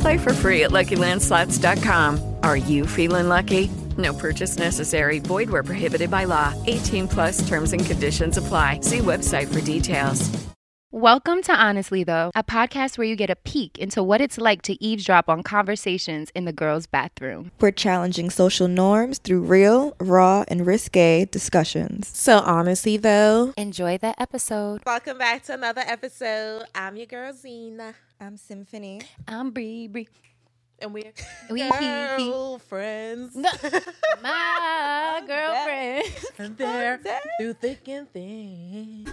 Play for free at LuckyLandSlots.com. Are you feeling lucky? No purchase necessary. Void where prohibited by law. 18 plus terms and conditions apply. See website for details. Welcome to Honestly Though, a podcast where you get a peek into what it's like to eavesdrop on conversations in the girls' bathroom. We're challenging social norms through real, raw, and risque discussions. So honestly though, Enjoy the episode. welcome back to another episode. I'm your girl Zena, I'm Symphony. I'm Bree Bree. and we're We- girlfriends. My girlfriend. And they're through thick and thin.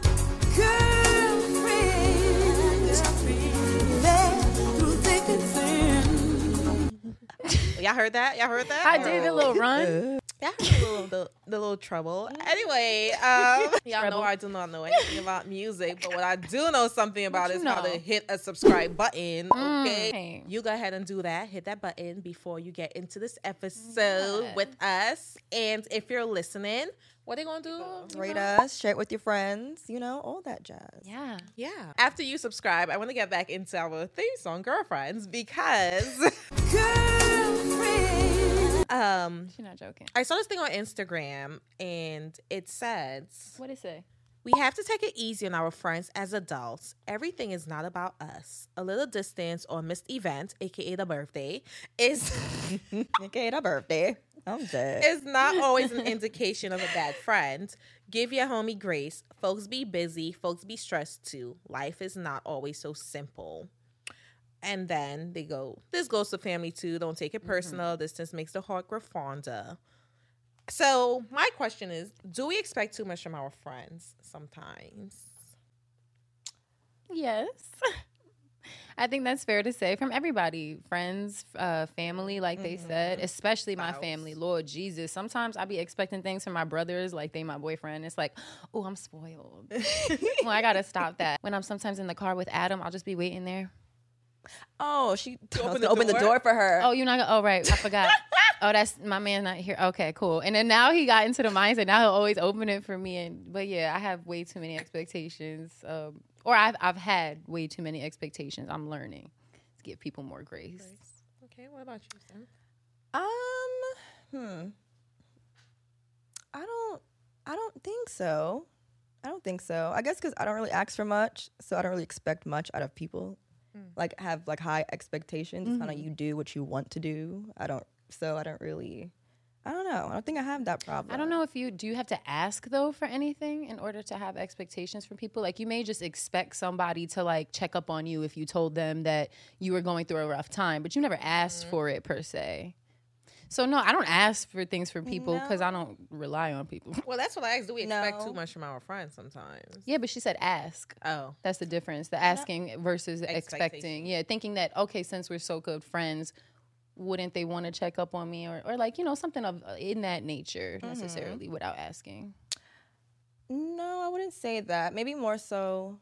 Y'all heard that? Y'all heard that? I did a little run. That was a little, the, the little trouble. Mm. Anyway, um, y'all know I do not know anything about music, but what I do know something about you is how to know? hit a subscribe button. Okay, Mm. you go ahead and do that. Hit that button before you get into this episode with us. And if you're listening, what they gonna do? Uh-huh. Rate us, share it with your friends, you know, all that jazz. Yeah. Yeah. After you subscribe, I want to get back into our theme song, Girlfriends, because um, She's not joking. I saw this thing on Instagram and it says. What did it say? We have to take it easy on our friends as adults. Everything is not about us. A little distance or missed event, aka the birthday, is Okay, that birthday. I'm dead. is not always an indication of a bad friend. Give your homie grace. Folks be busy. Folks be stressed too. Life is not always so simple. And then they go, this goes to family too. Don't take it personal. Distance makes the heart grow fonder. So my question is, do we expect too much from our friends sometimes? Yes. I think that's fair to say from everybody, friends, uh, family, like they said, especially my family. Lord Jesus, sometimes I be expecting things from my brothers, like they my boyfriend. It's like, oh, I'm spoiled. well, I gotta stop that. When I'm sometimes in the car with Adam, I'll just be waiting there. Oh, she opened, open open the the, door? door for her. Oh, you're not. Gonna, oh, right, I forgot. oh, that's my man not here. Okay, cool. And then now he got into the mindset. Now he'll always open it for me. And but yeah, I have way too many expectations. Um, or I've I've had way too many expectations. I'm learning to give people more grace. Okay, what about you, Sam? Um, hmm. I don't I don't think so. I don't think so. I guess cuz I don't really ask for much, so I don't really expect much out of people. Mm. Like have like high expectations. It's Mm-hmm. kind of you do what you want to do. I don't so I don't really I don't know. I don't think I have that problem. I don't know if you do you have to ask though for anything in order to have expectations from people. Like you may just expect somebody to like check up on you if you told them that you were going through a rough time, but you never asked for it per se. So no, I don't ask for things from people because I don't rely on people. Well, that's what I asked. Do we expect too No. much from our friends sometimes? Yeah, but she said ask. Oh, That's the difference. The asking versus Expectation. expecting. Yeah, thinking that okay, since we're so good friends, wouldn't they want to check up on me or, or like you know something of uh, in that nature necessarily without asking. No, I wouldn't say that. Maybe more so.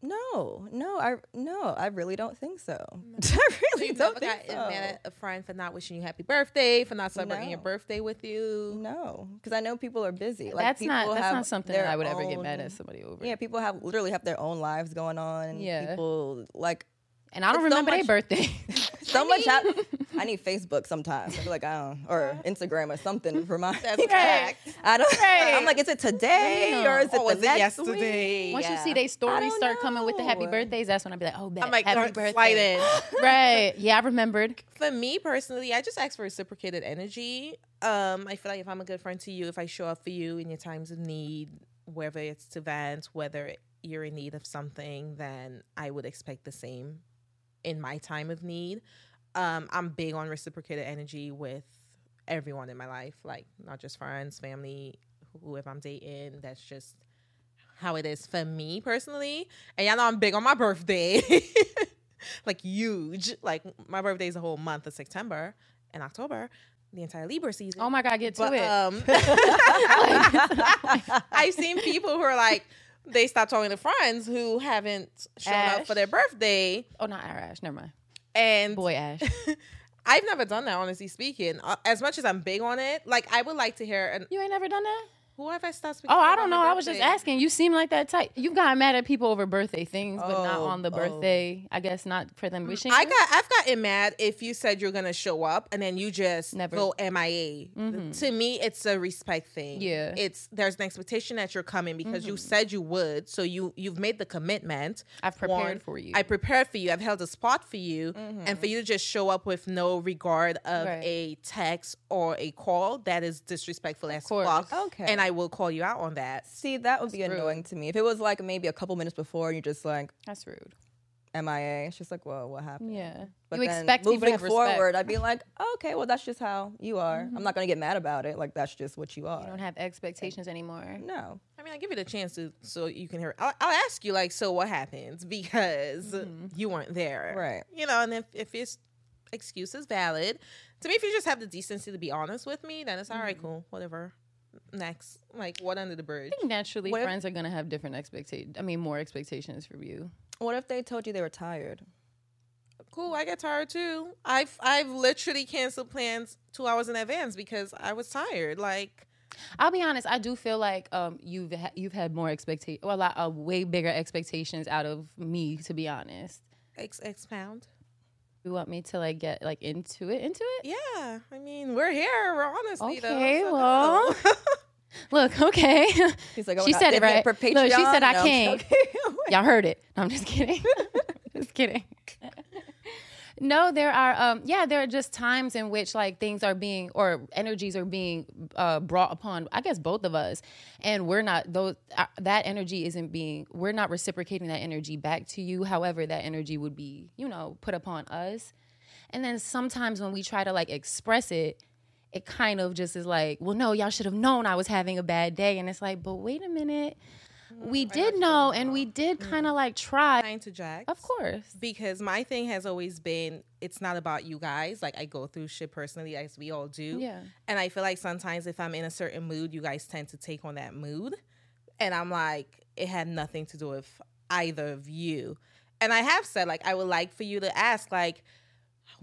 No, no, I no, I really don't think so. I so really you don't never think got so. mad at a friend for not wishing you happy birthday, for not celebrating your No. birthday with you. No, because I know people are busy. Like that's not people that's have not something their that I would ever get mad own- at somebody over. Yeah, people have literally have their own lives going on. Yeah. people like and I don't it's so remember their much- birthday. so much. Hap- I need Facebook sometimes. I be like, I don't, or Instagram or something for my. That's fact. I don't. Right. I'm like, is it today No. or is it Or the was Oh, it next week? yesterday? Once you Yeah. see they stories don't start coming with the happy know. birthdays, that's when I'd be like, oh, bet, I'm like, happy happy birthday. slighted. Right? Yeah, I remembered. for me personally, I just ask for reciprocated energy. Um, I feel like if I'm a good friend to you, if I show up for you in your times of need, whether it's to vent, whether you're in need of something, then I would expect the same in my time of need. Um, I'm big on reciprocated energy with everyone in my life, like not just friends, family, whoever I'm dating. That's just how it is for me personally. And y'all know I'm big on my birthday. like huge. Like my birthday is a whole month of September and October, the entire Libra season. Oh my God, get to But, it. um, I've seen people who are like, they stop talking to friends who haven't shown up for their Ash. birthday. oh, not our Ash. Never mind. And Boy Ash. I've never done that, honestly speaking. Uh, As much as I'm big on it, like I would like to hear. And You ain't never done that? who have I stopped speaking? Oh, I about don't my know. I was just birthday? asking. You seem like that type. You got mad at people over birthday things, but not Oh, on the oh. Mm, birthday. I guess not for them wishing. I you. got I've gotten mad if you said you're gonna show up and then you just Never. Mm-hmm. go MIA. To me, it's a respect thing. Yeah. Mm-hmm. it's there's an expectation that you're coming because you said you would, so you you've made the commitment. I've prepared for you. Mm-hmm. I prepared for you. I've held a spot for you, and for you to just show up with no regard of Right. a text or a call that is disrespectful as course. fuck. Okay. and I will call you out on that. See, that would be annoying to me. If it was like maybe a couple minutes before and you're just like That's rude. MIA, it's just like, whoa, what happened? Yeah. But you then expect people to moving have forward, respect. Mm-hmm. I'd be like, okay, well, that's just how you are. I'm not gonna get mad about it. Like that's just what you are. You don't have expectations anymore. no. I mean, I give you the chance to so you can hear. I'll, I'll ask you like, so what happens because Mm-hmm. you weren't there, Right. You know, and if if your s- excuse is valid, to me, if you just have the decency to be honest with me, then it's all right, cool, whatever. Next, like what under the bridge? Mm-hmm. I think naturally, What if- friends are gonna have different expectations. I mean, more expectations from you. What if they told you they were tired? Cool, I get tired too. I've I've literally canceled plans two hours in advance because I was tired. Like I'll be honest. I do feel like um, you've ha- you've had more expectations, well, a lot, uh, way bigger expectations out of me. To be honest, ex expound. you want me to like get like into it, into it. Yeah, I mean, we're here. We're honestly though. Okay, so well. Look, okay. He's like, oh, she we're said not it in right. it for Look, she said Patreon? I No, I'm can't. Y'all heard it. No, I'm just kidding. just kidding. no, there are. Um, yeah, there are just times in which like things are being or energies are being uh, brought upon. I guess both of us, and we're not those. Uh, that energy isn't being. We're not reciprocating that energy back to you. However, that energy would be, you know, put upon us. And then sometimes when we try to like express it, it kind of just is like, well, no, y'all should have known I was having a bad day. And it's like, but wait a minute. Mm-hmm. We did know and we did kind of like try. trying to jack. Of course. because my thing has always been it's not about you guys. Like I go through shit personally, as we all do. Yeah. And I feel like sometimes if I'm in a certain mood, you guys tend to take on that mood, and I'm like, it had nothing to do with either of you. And I have said like I would like for you to ask like,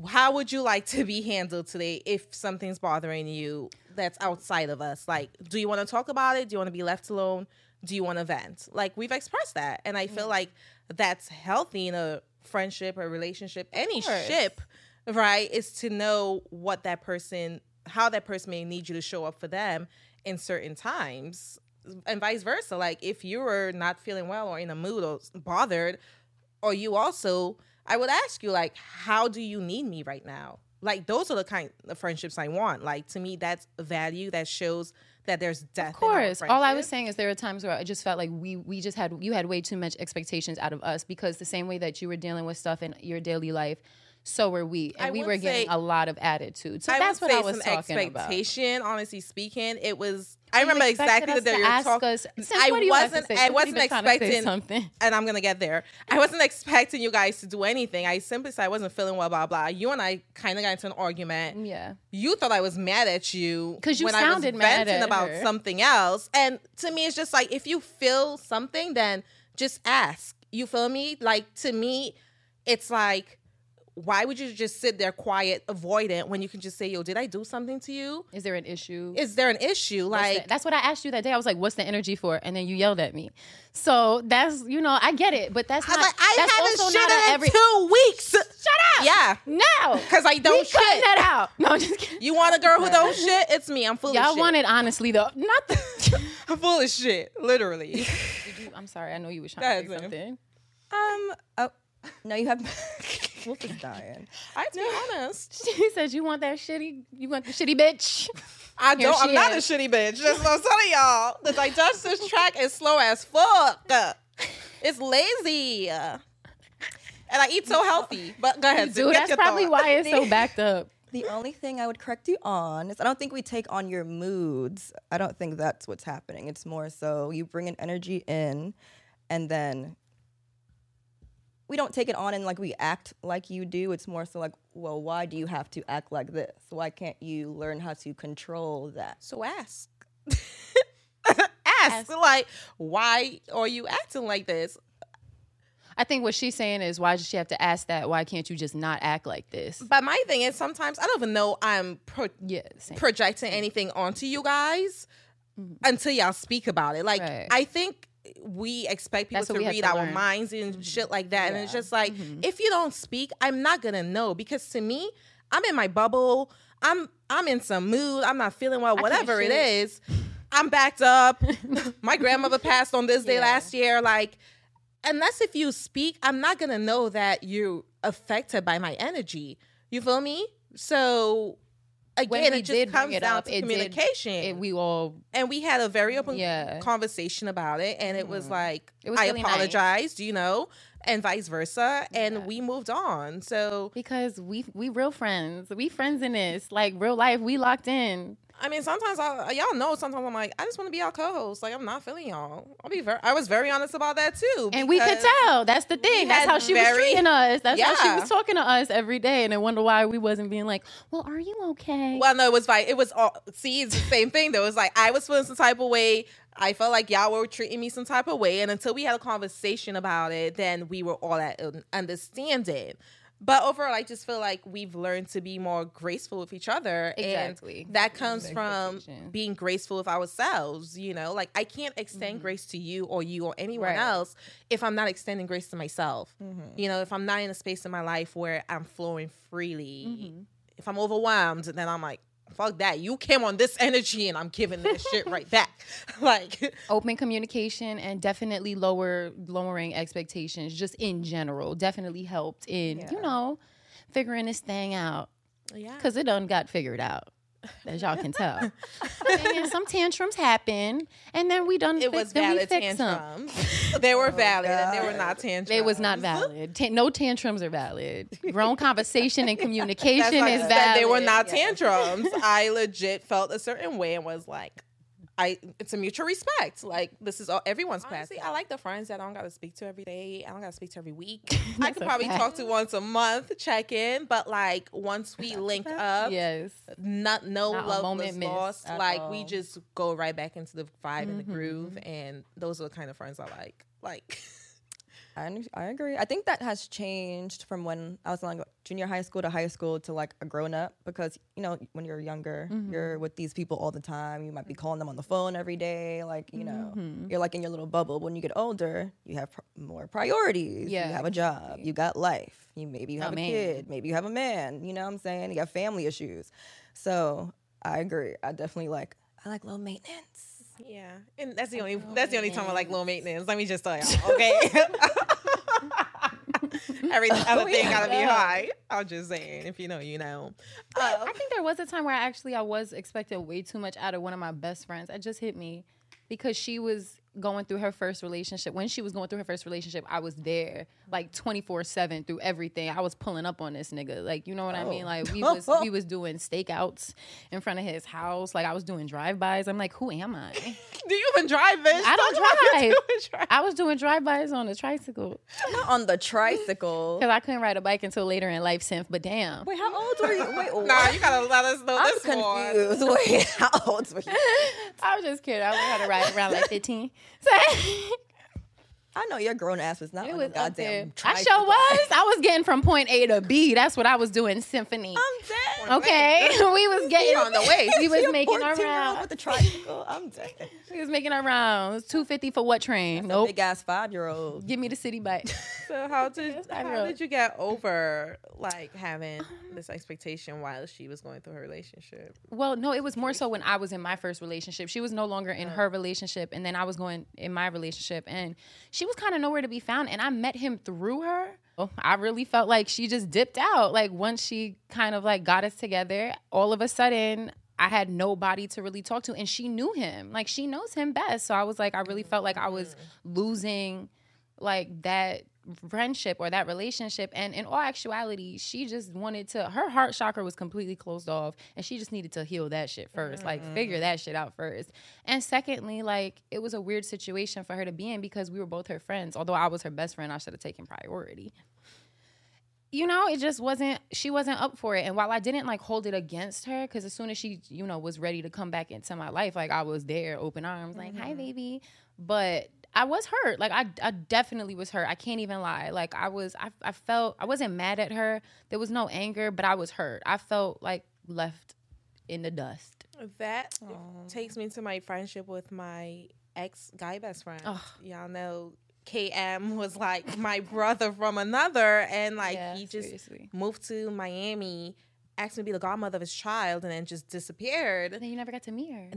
how would you like to be handled today if something's bothering you that's outside of us? Like, do you want to talk about it? Do you want to be left alone? Do you want to vent? Like, we've expressed that. And I feel like that's healthy in a friendship or relationship, any ship, right? Is to know what that person, how that person may need you to show up for them in certain times and vice versa. Like, if you were not feeling well or in a mood or bothered, or you also i would ask you like how do you need me right now like those are the kind of friendships i want like to me that's value that shows that there's depth Of course. All I was saying. saying is there are times where I just felt like we we just had you had way too much expectations out of us because the same way that you were dealing with stuff in your daily life, so were we, and I we would were getting say- a lot of attitude. So I that's would what say I was some talking about. expectation. Honestly speaking, it was. I You remember expected exactly us that to you were ask talking. us- Since I what do you have to wasn't. say? I Since wasn't you've been trying to say expecting something. And I'm gonna get there. I wasn't expecting you guys to do anything. I simply said I wasn't feeling well. Blah blah. You and I kind of got into an argument. Yeah. You thought I was mad at you 'Cause you when I sounded was mad venting at about her. something else. And to me, it's just like if you feel something, then just ask. You feel me? Like to me, it's like why would you just sit there quiet, avoid it when you can just say, "Yo, did I do something to you? Is there an issue? Is there an issue?" What's Like, the- that's what I asked you that day. I was like, "What's the energy for?" And then you yelled at me. So that's you know I get it, but that's I, not. like, I that's haven't also not shut a it in every. two weeks. Shut up! Yeah, No, because I we don't shit. cutting that out. No, I'm just kidding. You want a girl who don't shit? It's me. I'm full of Y'all shit. wanted honestly though. Not the. I'm full of shit, literally. Did you- I'm sorry. I know you was trying to say That's it. something. Um. Oh. No, you have. Wolf is dying. I have to be honest. She said, "You want that shitty? You want the shitty bitch?" I Here don't. she I'm not is. a shitty bitch. That's what I'm telling y'all. The digestive tract is slow as fuck. It's lazy. And I eat so healthy. But go ahead. Dude, that's probably why it's so backed up. The only thing I would correct you on is I don't think we take on your moods. I don't think that's what's happening. It's more so you bring an energy in and then we don't take it on and like we act like you do. It's more so like, well, why do you have to act like this? Why can't you learn how to control that? So ask. ask. Like, why are you acting like this? I think what she's saying is, why does she have to ask that? Why can't you just not act like this? But my thing is sometimes I don't even know I'm pro- Yeah, same. Mm. projecting anything onto you guys until y'all speak about it. Like Right. I think we expect people That's what to we have read to our learn. Mm-hmm. minds and shit like that. And it's just like if you don't speak, I'm not gonna know because to me, I'm in my bubble. I'm I'm in some mood. I'm not feeling well. Whatever it shit. is, I'm backed up. my grandmother passed on this day last year. Like unless if you speak, I'm not gonna know that you're affected by my energy. You feel me? So When again, we it just did bring comes it down up, to it did- communication. it, we all and we had a very open Yeah. Mm-hmm. conversation about it, and it was like It was I really nice. apologized, you know, and vice versa, and we moved on. So because we we real friends. We friends in this like real life. We locked in. I mean, sometimes I, uh, y'all know. Sometimes I'm like, I just want to be y'all co-host. Like I'm not feeling y'all. I'll be very. I was very honest about that too, And we could because- tell. That's the thing. That's had how she was very- treating us. That's how Yeah. she was talking to us every day. And I wonder why we wasn't being like, well, are you okay? Well, no, it was like it was all. See, it's the same thing though. It was like I was feeling some type of way. I felt like y'all were treating me some type of way, and until we had a conversation about it, then we were all at un- understanding. But overall, I just feel like we've learned to be more graceful with each other, Exactly. and that comes from expectation. being graceful with ourselves. You know, like I can't extend grace to you or you or anyone Mm-hmm. Right. Mm-hmm. else if I'm not extending grace to myself. You know, if I'm not in a space in my life where I'm flowing freely, Mm-hmm. if I'm overwhelmed, then I'm like, fuck that. You came on this energy and I'm giving this shit right back. Like, Open communication and definitely lower lowering expectations just in general definitely helped in, you know, figuring this thing out. yeah. Cause it done got figured out. As y'all can tell. and some tantrums happen and then we done It fix- was then we valid fixed 'em. tantrums. They were valid and they were not tantrums. It was not Uh-huh. valid. Ta- no tantrums are valid. Grown conversation and That's communication why I is said valid. They were not tantrums. I legit felt a certain way and was like, I it's a mutual respect. Like this is all everyone's Honestly, I like the friends that I don't gotta speak to every day. I don't gotta speak to every week. I could probably talk to once a month, check in, but like once we link up, Yes. not no Not a love moment was missed lost. at Like we all. just go right back into the vibe and the Mm-hmm. groove, and those are the kind of friends I like. Like I, under- I agree. I think that has changed from when I was in like junior high school to high school to like a grown up because you know when you're younger, Mm-hmm. you're with these people all the time. You might be calling them on the phone every day, like you know, Mm-hmm. you're like in your little bubble. When you get older, you have pr- more priorities. Yeah, Oh, you have a job, you got life. You maybe you have a, man. kid, maybe you have a man. You know what I'm saying? You got family issues. So I agree. I definitely like I like low maintenance. yeah, and that's the only that's the only time I like low maintenance. Let me just tell y'all, okay. Every other thing gotta be high. I'm just saying, if you know, you know. I think there was a time where I actually I was expecting way too much out of one of my best friends. It just hit me because she was going through her first relationship. When she was going through her first relationship, I was there like 24/7 through everything. I was pulling up on this nigga. Like, you know what I Oh. mean? Like we was we was doing stakeouts in front of his house. Like I was doing drive-bys. I'm like, "Who am I?" Do you even drive this? I don't drive. drive. I was doing drive-bys on a tricycle Not on the tricycle. because I couldn't ride a bike until later in life, synth. But damn, Wait, how old were you? Wait, Nah, you gotta let us know I'm this one. confused. Wait, how old were you? I was just kidding. I learned how to ride around like 15. Oh, So- I know your grown ass was not It on was a up there. goddamn I tricycle. sure was. I was getting from point A to B. That's what I was doing. Symphony. I'm dead. okay, we was getting on the way. We was You're making our 14 year old rounds. with the tricycle. I'm dead. We was making our rounds. Two fifty for what train? Nope. Big ass five year old. Give me the city bike. So how did I how know. did you get over like having this expectation while she was going through her relationship? Well, no, it was more so when I was in my first relationship. She was no longer in her relationship, and then I was going in my relationship, and she was kind of nowhere to be found. And I met him through her. Oh, I really felt like she just dipped out. Like once she kind of like got us together, all of a sudden I had nobody to really talk to, and she knew him. Like she knows him best. So I was like, I really felt like I was losing like that friendship or that relationship and in all actuality she just wanted to her heart chakra was completely closed off and she just needed to heal that shit 1st like figure that shit out first and secondly like it was a weird situation for her to be in because we were both her friends although i was her best friend i should have taken priority you know, it just wasn't, she wasn't up for it. And while I didn't like hold it against her, because as soon as she, you know, was ready to come back into my life, like I was there, open arms, like, hi, baby. But I was hurt. Like, I, I definitely was hurt. I can't even lie. Like, I was, I, I felt, I wasn't mad at her. There was no anger, but I was hurt. I felt like left in the dust. That takes me to my friendship with my ex guy best friend. Y'all know KM was like my brother from another, and like Yeah, he just seriously. moved to Miami, asked me to be the godmother of his child, and then just disappeared. And then you never got to meet her.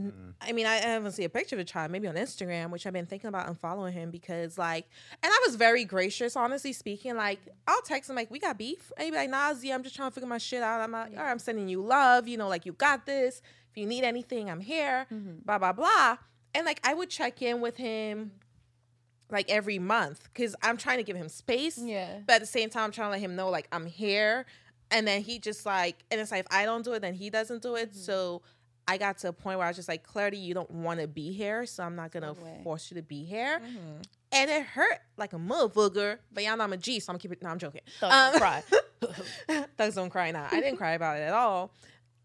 I mean, I haven't seen a picture of the child, maybe on Instagram, which I've been thinking about unfollowing him because, like, and I was very gracious, honestly speaking. Like, I'll text him, like, we got beef. And he'd be like, nah, Z, I'm just trying to figure my shit out. I'm not, all right, I'm sending you love. You know, like, you got this. If you need anything, I'm here, blah, blah, blah. And, like, I would check in with him, like, every month because I'm trying to give him space. Yeah. But at the same time, I'm trying to let him know, like, I'm here. And then he just, like, and it's like, if I don't do it, then he doesn't do it. So, I got to a point where I was just like, Clarity, you don't want to be here, so I'm not gonna force you to be here. Mm-hmm, And it hurt like a motherfucker, but y'all know I'm a G, so I'm keeping. No, I'm joking. Um, cry. Thugs don't cry now. I didn't cry about it at all.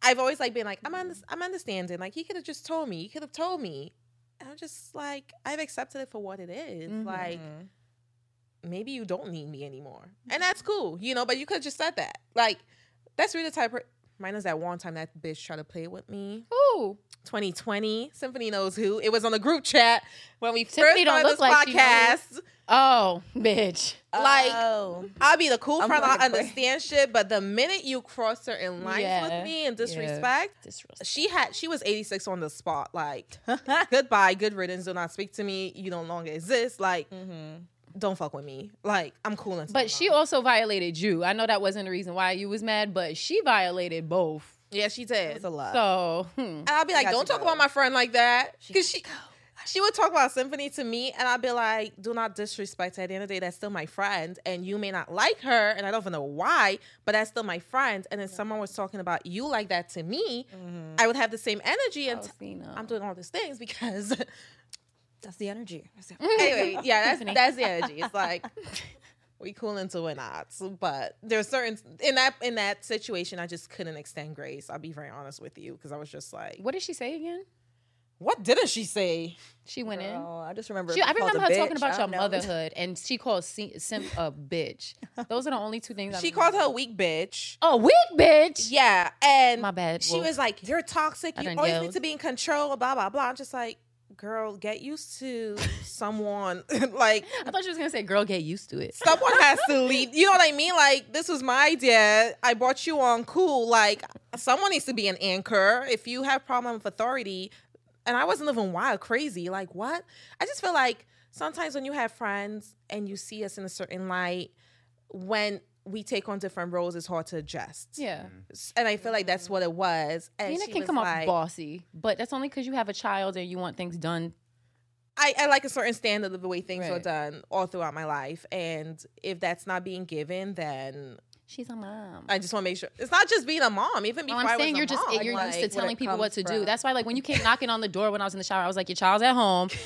I've always like been like, I'm under- I'm understanding. Like he could have just told me. He could have told me. And I'm just like, I've accepted it for what it is. Like mm-hmm. maybe you don't need me anymore, and that's cool, you know. But you could have just said that. Like that's really the type. Of, minus that one time that bitch tried to play with me. Ooh. 2020. Symphony knows who. It was on the group chat when we Tiffany don't first started look this like she podcast. Oh, bitch. Like, I'll be the cool I'm friend. like, I understand shit, but the minute you cross certain lines Yeah. with me and Yeah. disrespect, Disrespect. she had she was 86 on the spot. Like, goodbye, good riddance. Do not speak to me. You no longer exist. Like, don't fuck with me. Like, I'm cool. until I'm Mm-hmm. But she not. also violated you. I know that wasn't the reason why you was mad, but she violated both. yeah, she did. It's a lot. So, hmm. And I'll be like, got don't to talk go. about my friend like that. Because she, she would talk about Symphony to me, and I'd be like, do not disrespect her. At the end of the day, that's still my friend. And you may not like her, and I don't even know why, but that's still my friend. And then someone was talking about you like that to me, I would have the same energy. And Oh, t- see, no. I'm doing all these things because, That's the energy. Mm-hmm. anyway, yeah, that's, that's the energy. It's like, we cool into it not, but there's certain in that in that situation I just couldn't extend grace. I'll be very honest with you because I was just like, What did she say again? what didn't she say? She went in. Oh, I just remember. She, I if you called remember her a talking bitch, I about your don't know. motherhood, and she called C- Simp a bitch. Those are the only two things I She remember. called her a weak bitch. a weak bitch. Yeah, and My bad, She Wolf. was like, "You're toxic. I You done always yelled. need to be in control." Blah blah blah. I'm just like, "Girl, get used to someone. like, I thought she was gonna say, "Girl, get used to it." someone has to lead. You know what I mean? Like, this was my idea. I brought you on. Cool. Like, someone needs to be an anchor. If you have problem with authority, and I wasn't even wild crazy. Like, what? I just feel like sometimes when you have friends and you see us in a certain light, when we take on different roles, it's hard to adjust. Yeah, and I feel like that's what it was. I And mean, she it can was come like, off bossy, but that's only because you have a child and you want things done. I, I like a certain standard of the way things were Right. done all throughout my life, and if that's not being given, then She's a mom. I just want to make sure it's not just being a mom. Even No, before I'm I saying was you're a just mom, you're used like, to where telling it people what comes to do. from. That's why, like, when you came knocking on the door when I was in the shower, I was like, "Your child's at home.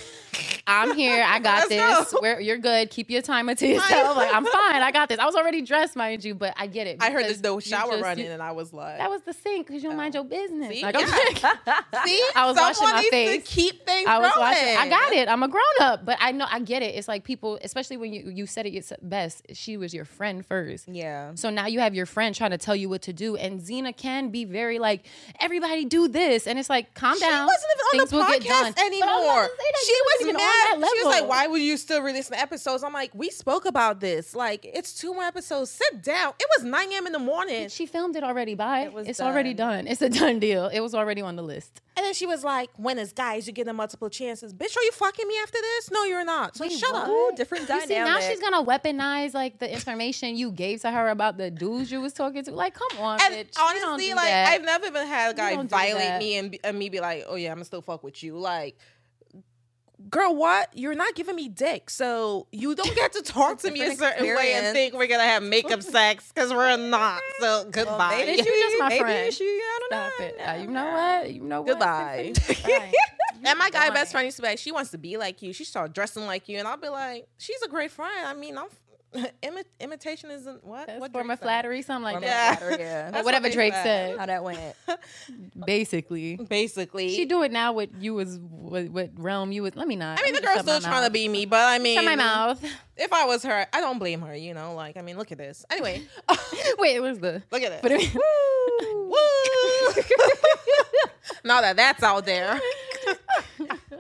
I'm here. I got Let's this. We're, you're good. Keep your timer to yourself. Like, I'm fine. I got this. I was already dressed, mind you, but I get it. I heard because this the you shower just- running, you- and I was like, that was the sink because you don't mind your business. Oh. See? Like, I'm- see, I was someone washing my needs face. to keep things I was rolling. watching. I got it. I'm a grown up, but I know I get it. It's like people, especially when you you said it it's best. She was your friend first. Yeah. So now you have your friend trying to tell you what to do, and Xena can be very like, everybody do this, and it's like, calm She down. wasn't even on the podcast But I was about anymore. to say that, She you was wasn't even mad. on that She was like, level. "Why would you still release the episodes?" I'm like, "We spoke about this. Like, it's two more episodes. Sit down." It was 9 a.m. in the morning, She filmed it already. Bye. was it's already done. It's a done deal. It was already on the list. and then she was like, "When is guys? You're getting multiple chances, bitch. Are you fucking me after this? No, you're not. So shut Ooh, up." different You dynamic. see, now she's gonna weaponize like the information you gave to her about the dudes you was talking to. Like, come on, And bitch. You don't honestly, do like that. I've never even had a guy don't do violate that. me and, be- and me be like, "Oh yeah, I'm gonna still fuck with you." Like, girl, what? You're not giving me dick, so you don't get to talk to me a different certain way and experience. think we're gonna have makeup sex because we're not. So goodbye. maybe Bitch, you just my maybe friend. she- I don't Stop know. it. Uh, you know what? You know what? Goodbye. Right. and my guy best Fine. friend used to be like, she wants to be like you. She started dressing like you, and I'll be like, she's a great friend. I mean, I'm imi- imitation isn't what That's what form Drake of said. flattery, something like Yeah. that. Or, yeah. Or That's whatever what they Drake said. said. How that went. Basically, Basically, she do it now. What you was, what, what realm you was? Let me not. I mean, the girl's still trying to be me, but I mean, Shut my mouth. if I was her, I don't blame her. You know, like I mean, look at this. Anyway, Wait, it was the. look at But this. it, Woo! now that that's out there,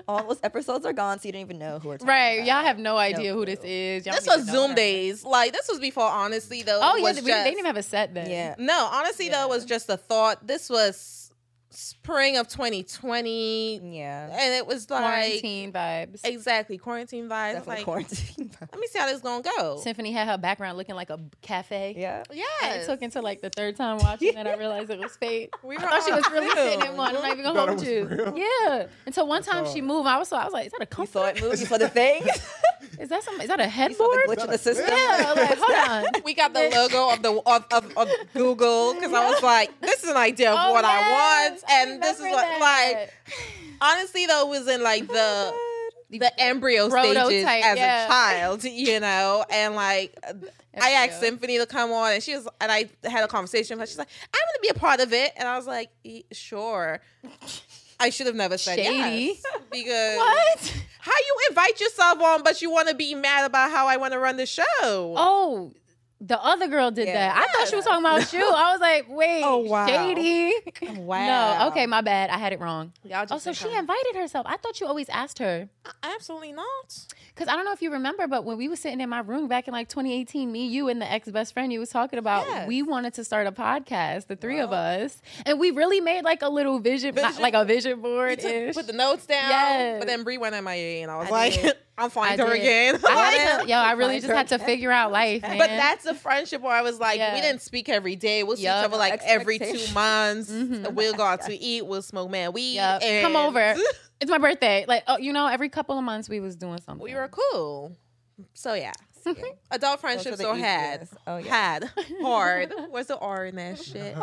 All those episodes are gone, so you don't even know who it's right, y'all have no idea who this is. Y'all this don't was even know Zoom her. days. Like this was before, honestly, though. Oh yeah, was they, we- they just- didn't even have a set then. Yeah. No, honestly though, it was just a thought. This was spring of 2020, Yeah. and it was like Quarantine vibes. exactly quarantine vibes. Definitely like, quarantine. let me see how this gonna go. Symphony had her background looking like a b- cafe. yeah. Yeah, And it took until like the third time watching it, I realized it was fate. We I were thought she on was really sitting in film. one. I'm not even gonna hold you. Yeah. Until one time she moved, I was so I was like, is that a You saw comfort? it move. You saw the thing. you Is that some? Is that a saw the headboard? glitch in the system. Yeah. Like, hold on. we got the logo of the of, of, of Google because I was like, this is an idea Oh, of what I want, and this is what like honestly though it was in like the the embryo stages Oh Prototype, as yeah. a child, you know, and like I asked Embryo. Symphony to come on, and she was, and I had a conversation, but she's like, I'm gonna be a part of it, and I was like, "E- sure. I should have never said Shady. yes because what? how you invite yourself on, but you want to be mad about how I want to run the show. Oh. The other girl did Yeah. that. I thought she was talking about you. I was like, wait, Oh, wow. shady. Wow. No, okay, my bad. I had it wrong. Y'all just Oh, so think she I'm- invited herself. I thought you always asked her. Absolutely not. Because I don't know if you remember, but when we were sitting in my room back in like 2018, me, you, and the ex best friend you was talking about, Yes. we wanted to start a podcast, the three of us. And we really made like a little vision, not Vision like a vision board Put ish. the notes down. Yes. But then Brie went MIA, and I was I like, did. I'm I fine her did. again. I Like, had to, yo, I really just had to figure out life. Man. but that's a friendship where I was like, Yeah. we didn't speak every day. We'll see Yup. Mm-hmm. each other like every two Expectation. months. We'll go out to eat. We'll smoke man weed. Yup. and come over. It's my birthday. Like, oh, you know, every couple of months we was doing something. We were cool. So yeah. Adult friendships the are had. easiest. Oh, yeah. Had. Hard. Where's the R in that shit?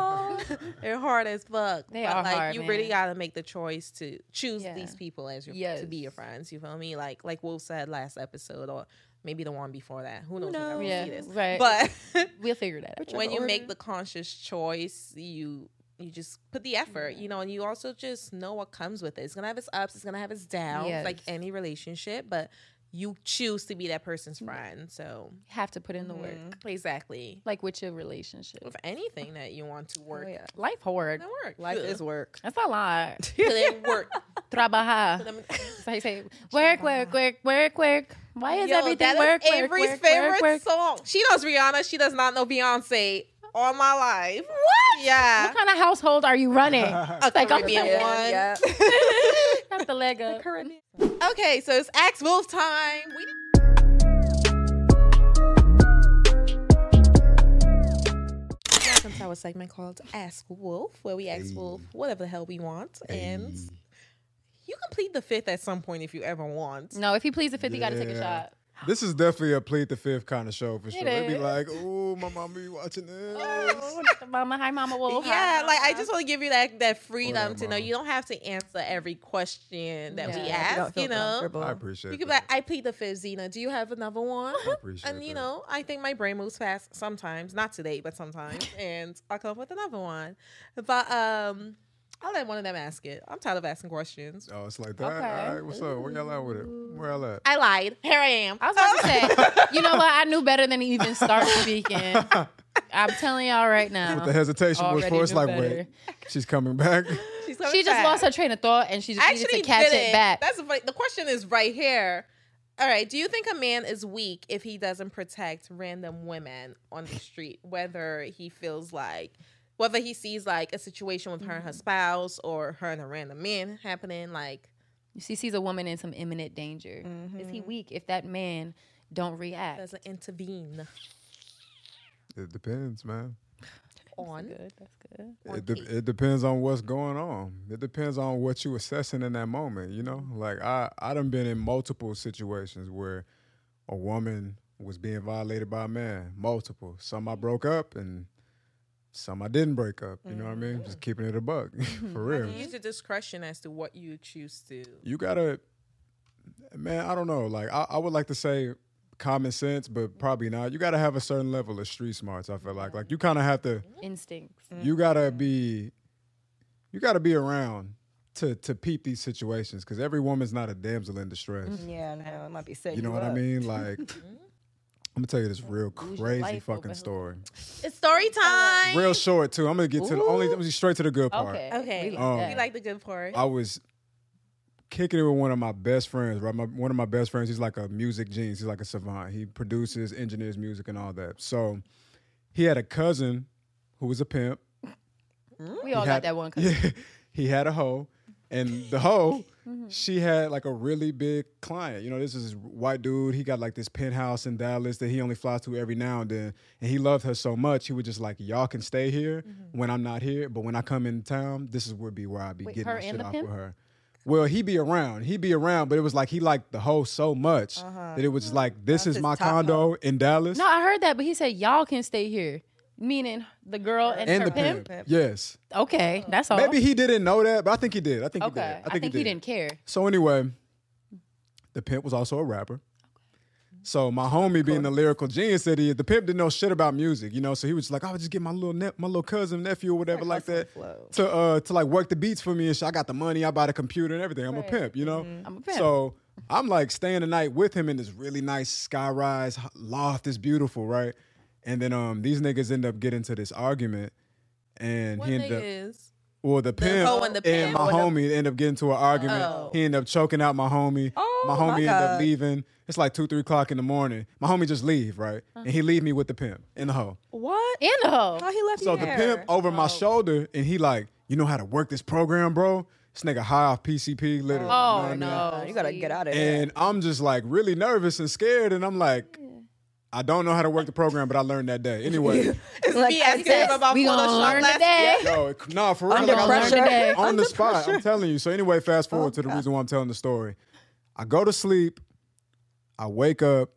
They're hard as fuck. They but are like hard, you really man. gotta make the choice to choose Yeah. these people as your to be Yes. your friends. You feel me? Like like Wolf said last episode or maybe the one before that. Who knows? when I Yeah, see this. right. But We'll figure that out. when you make the conscious choice, you you just put the effort, you know, and you also just know what comes with it. It's gonna have its ups, it's gonna have its downs, like Yes. any relationship, but you choose to be that person's Mm-hmm. friend. So have to put in the Mm-hmm. work, exactly. like with your relationship. With anything that you want to work, yeah. Oh, Life hard. it work. Life is work. That's a lot. Put in work. Trabajar. Them- So you say work, work, work, work, work. Why is Yo, everything that work, is work, Avery's work, favorite work, work? song. She knows Rihanna. She does not know Beyonce. All my life. What? Yeah. What kind of household are you running? A like, I'm Caribbean sorry. one. Yeah. Got the leg up. Okay, so it's Axe Wolf time. We Welcome to our segment called Ask Wolf, where we ask Wolf whatever the hell we want. And you can plead the fifth at some point if you ever want. No, if he pleads the fifth, he got to take a Yeah. shot. This is definitely a plead the fifth kind of show for sure. It'd be is. like, oh, my mama be watching this. Oh, mama, hi, mama wolf. Yeah, Hi, like I Mama. just want to give you that that freedom Whatever, to know Mom. you don't have to answer every question that we Yeah. You don't ask. feel You know, comfortable. I appreciate you can be that. like, I plead the fifth, Zena. Do you have another one? I appreciate and you that. know, I think my brain moves fast sometimes, not today, but sometimes, and I'll come up with another one. But um, I'll let one of them ask it. I'm tired of asking questions. Oh, it's like that. Okay. All right, what's up? Where y'all at with it? Where y'all at? I lied. Here I am. I was about to say, you know what? I knew better than to even start speaking. I'm telling y'all right now. the hesitation was Already for it's knew like, better. wait, she's coming back. She's coming She just back. lost her train of thought and she just needed Actually, to catch didn't. it back. That's the funny. The question is right here. All right. Do you think a man is weak if he doesn't protect random women on the street, whether he feels like, whether he sees like a situation with her and her Mm-hmm. spouse or her and a random man happening, like. she sees a woman in some imminent danger. Mm-hmm. Is he weak if that man don't react? doesn't intervene. it depends, man. on. Good, that's good. It, de- it depends on what's going on. It depends on what you assessing in that moment. You know, like I I done been in multiple situations where a woman was being violated by a man. Multiple. Some I broke up and some I didn't break up. You know what I mean? Just keeping it a buck for real. Use the discretion as to what you choose to. You gotta, man. I don't know. Like I, I would like to say common sense, but probably not. You gotta have a certain level of street smarts. I feel like like you kind of have to. Instincts. You gotta be, you gotta be around to to peep these situations because every woman's not a damsel in distress. Mm-hmm. Yeah, no, it might be setting You know what I up. mean? Like. I'm gonna tell you this real your crazy life over fucking her. story. It's story time. Real short too. I'm gonna get to the only. I'm gonna straight to the good part. Okay. Okay. We Um, like You that. like the good part. I was kicking it with one of my best friends, right? My, one of my best friends, he's like a music genius. He's like a savant. He produces, engineers music, and all that. So he had a cousin who was a pimp. We all had- got that one. cousin. Yeah, he had a hoe, and the hoe, she had like a really big client. You know, this is this white dude. He got like this penthouse in Dallas that he only flies to every now and then. And he loved her so much, he was just like, "Y'all can stay here when I'm not here, but when I come in town, this is where be where I be Mm-hmm. Wait, getting her my and shit the off pimp? with her." Well, he be around. He be around, but it was like he liked the hoe so much Uh-huh. that it was Mm. like, "This is his my top condo in Dallas." No, I heard that, but he said y'all can stay here, meaning the girl and, and her the pimp. pimp. Yes. Oh. Okay, that's all. Maybe he didn't know that, but I think he did. I think he did. okay, I think, he, did. didn't care. So anyway, the pimp was also a rapper. So my homie, being the lyrical genius that he is, the pimp didn't know shit about music, you know. So he was like, "I would just get my little ne- my little cousin, nephew, or whatever, like that, to uh to like work the beats for me and shit. I got the money, I buy the computer and everything. I'm a pimp, you know. Mm-hmm. I'm a pimp. So I'm like staying the night with him in this really nice sky rise h- loft. It's beautiful, right? And then um these niggas end up getting to this argument, and What he ended up niggas? well, the pimp hoe and the pimp Oh. my or the- homie end up getting to an argument. He end up choking out my homie. my homie my end up God. leaving. It's like two, three o'clock in the morning. My homie just leave, right? And he leave me with the pimp and the hoe. What? And the hoe. How Oh, he left So you the there? Oh, pimp over Oh. my shoulder, and he like, you know how to work this program, bro? This nigga high off PCP, Oh literally. you know what I mean? no, You gotta get out of here. And I'm just like really nervous and scared, and I'm like, I don't know how to work the program, but I learned that day. Anyway, It's like, Be asking him about we gonna Photoshop learn last today. Yo, it- nah, for real. Under like, I'm pressure. like, Today. On the spot, I'm telling you. So anyway, fast forward to the reason why I'm telling the story. I go to sleep. I wake up.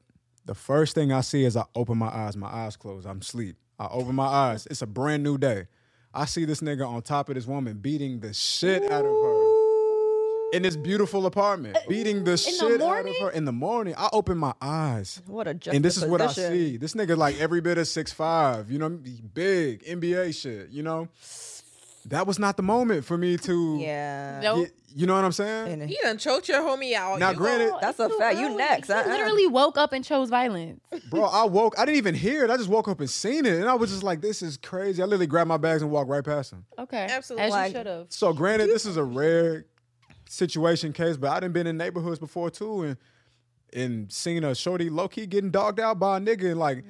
The first thing I see is I open my eyes. My eyes closed. I'm asleep. I open my eyes. It's a brand new day. I see this nigga on top of this woman beating the shit out of her in this beautiful apartment, beating the shit out of morning? her in the morning. I open my eyes. what a And this is what I juxtaposition. see. This nigga like every bit of six five, you know, big NBA shit, you know. That was not the moment for me to, Yeah. No, get- you know what I'm saying? And He done choked your homie out. Now, You granted, That's a fact. You next. I uh-uh. literally woke up and chose violence. bro, I woke. I didn't even hear it. I just woke up and seen it, and I was just like, "This is crazy." I literally grabbed my bags and walked right past him. Okay, Absolutely. As you should have. So, granted, this is a rare situation case, but I done been in neighborhoods before too, and and seen a shorty low key getting dogged out by a nigga, and like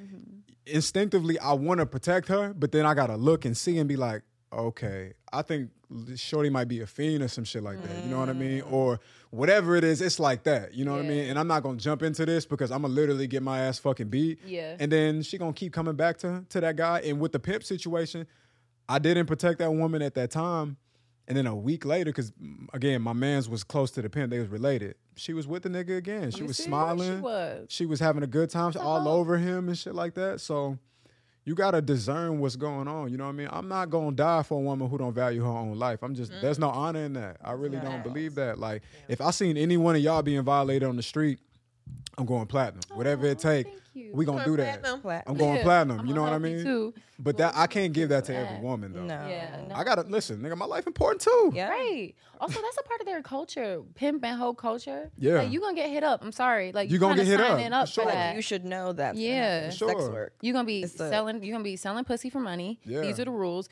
instinctively I want to protect her, but then I gotta look and see and be like, okay, I think shorty might be a fiend or some shit like that. You know what I mean? Or whatever it is, it's like that. You know what I mean? And I'm not gonna jump into this because I'm gonna literally get my ass fucking beat. Yeah. And then she gonna keep coming back to to that guy. And with the pimp situation, I didn't protect that woman at that time. And then a week later, because again, my man's was close to the pimp, they was related. She was with the nigga again. She was see? She smiling. was. Uh-huh. She was having a good time all over him and shit like that. So you gotta discern what's going on. You know what I mean? I'm not gonna die for a woman who don't value her own life. I'm just there's Mm. no honor in that. I really don't believe that. Like if I seen any one of y'all being violated on the street, I'm going platinum. Whatever it take, we gonna do that. I'm going platinum. you know what I Me mean? too. But that I can't give that to every woman though. No. Yeah. No. I gotta listen, nigga. My life important too. Yeah. Right. Also, that's a part of their culture, pimp and hoe culture. Yeah. Like, you gonna get hit up. I'm sorry. Like You you gonna kinda get hit up, signing for for sure. that. You should know that. Yeah. Sex Sure. work. You're gonna be a- selling. You're gonna be selling pussy for money. Yeah. These are the rules,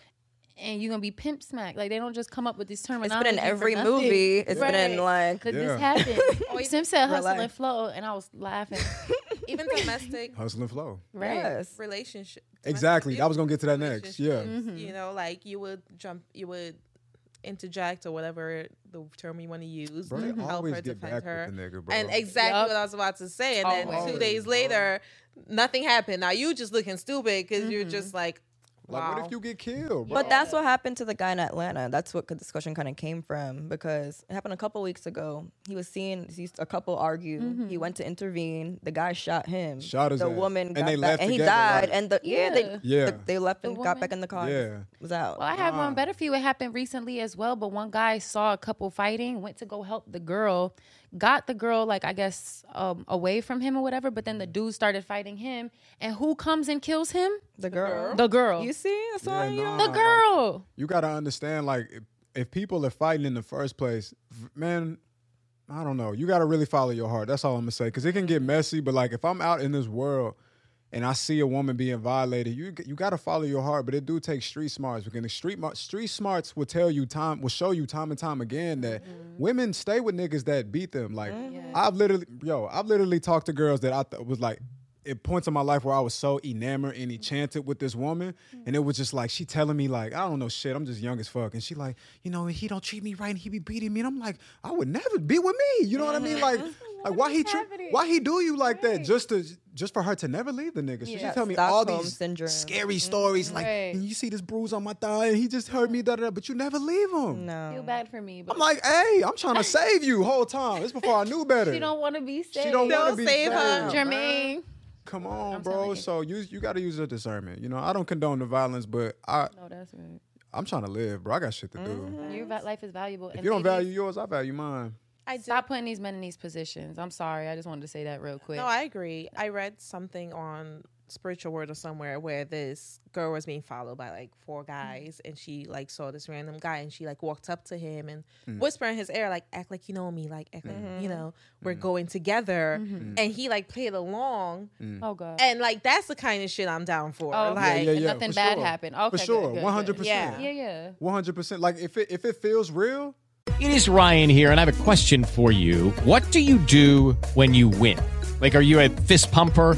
and you're gonna be pimp smack. Like they don't just come up with this It's terminology. been in for every nothing. movie. It's been in like. But Yeah. This happened. Sim said hustle life. and flow, and I was laughing. Even domestic Hustle and flow. right. Yes. relationship. Exactly. domestic I was gonna get to that next. Yeah. relationships, You know, like you would jump, you would interject or whatever the term you want to use. Bro, they to help always her get defend back with her. the nigga, bro. And exactly Yup. what I was about to say. And then two Always. days later, nothing happened. Now you just looking stupid because you're just like, Like, what Wow. if you get killed? Bro? But that's what happened to the guy in Atlanta. That's what the discussion kind of came from because it happened a couple weeks ago. He was seeing these a couple argue. Mm-hmm. He went to intervene. The guy shot him. Shot his the ass. woman And got they back left and he together, died. right? And the yeah, they Yeah. the- they left and got woman- back in the car. and Yeah. was out. Well, I have one better for you. It happened recently as well, but one guy saw a couple fighting, went to go help the girl, got the girl, like, I guess, um, away from him or whatever, but then the dude started fighting him. And who comes and kills him? the girl. The girl. You see, that's why you don't- the girl. you gotta understand like if, if people are fighting in the first place v- man i don't know you gotta really follow your heart that's all i'm gonna say because it can get Mm-hmm. messy but like if i'm out in this world and i see a woman being violated you g- you gotta follow your heart but it do take street smarts because the street mar- street smarts will tell you time will show you time and time again that Mm-hmm. women stay with niggas that beat them like i've literally yo i've literally talked to girls that i th- was like at points in my life where I was so enamored and enchanted with this woman, and it was just like she telling me like I don't know shit. I'm just young as fuck, and she like you know he don't treat me right, and he be beating me, and I'm like I would never be with me. You know what I mean? Like like why he treat why he do you like that just to just for her to never leave the nigga? So She Yeah. tell me all Stockholm these syndrome. scary stories like Right. and you see this bruise on my thigh, and he just hurt me da da, da, but you never leave him. Feel no. bad for me, but I'm like hey, I'm trying to save you whole time. It's before I knew better. she don't want to be saved. She don't want to Don't be save her. saved. Jermaine. Come on, bro. So you you got to use your discernment. You know, I don't condone the violence, but I No, that's right. I'm trying to live, bro. I got shit to do. Your va- life is valuable. If you don't value yours, I value mine. I do. Stop putting these men in these positions. I'm sorry. I just wanted to say that real quick. No, I agree. I read something on spiritual word or somewhere where this girl was being followed by like four Mm-hmm. guys and she like saw this random guy and she like walked up to him and Mm. whispered in his ear like act like you know me like act like Mm-hmm. you know we're Mm. going together and he like played along oh God. and like that's the kind of shit I'm down for Oh, okay. like Mm. Yeah, yeah, yeah. nothing for bad sure. happened. Okay, for good, sure, good, good. 100. percent yeah, yeah. 100. percent Like if it if it feels real, It is Ryan here, and I have a question for you. What do you do when you win? Like, are you a fist pumper?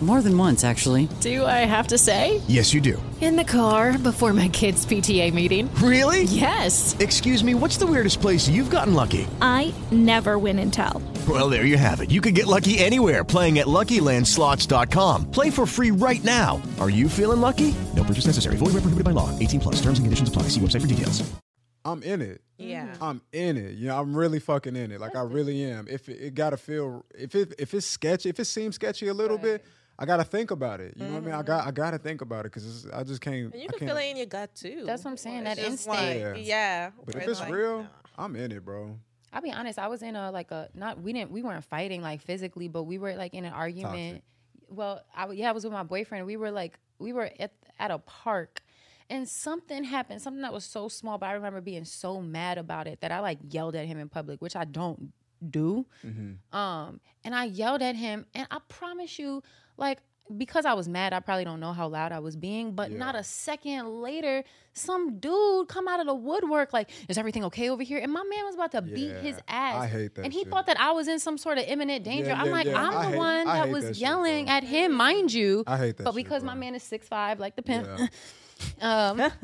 More than once, actually. Do I have to say? Yes, you do. In the car before my kids' PTA meeting. Really? Yes. Excuse me, what's the weirdest place you've gotten lucky? I never win and tell. Well, there you have it. You can get lucky anywhere playing at LuckyLandSlots.com. Play for free right now. Are you feeling lucky? No purchase necessary. Void where prohibited by law. 18 plus. Terms and conditions apply. See website for details. I'm in it. Mm-hmm. Yeah. I'm in it. You know, I'm really fucking in it. Like I really am. If it, it gotta feel, if it if it's sketchy, if it seems sketchy a little bit, I gotta think about it. You know what I mean? I Mm-hmm. got I gotta think about it because I just can't. and you I can can't- feel it in your gut too That's what I'm saying, It's that just like- instinct. Yeah. yeah But where if it's like, real, nah. I'm in it, bro. I'll be honest. I was in a like a not we didn't we weren't fighting like physically, but we were like in an argument. Well, I w- yeah, I was with my boyfriend. We were like we were at at a park, and something happened. Something that was so small, but I remember being so mad about it that I like yelled at him in public, which I don't do. Mm-hmm. Um, and I yelled at him, and I promise you, like because I was mad, I probably don't know how loud I was being, but not a second later, some dude come out of the woodwork like, "Is everything okay over here?" And my man was about to beat Yeah, his ass. I hate that And he shit. thought that I was in some sort of imminent danger. I'm yeah, like, yeah, I'm I the hate- one I that hate was that shit, yelling bro. at him, mind you. I hate that But shit, because my bro. man is six five, like the pimp, um, Yeah.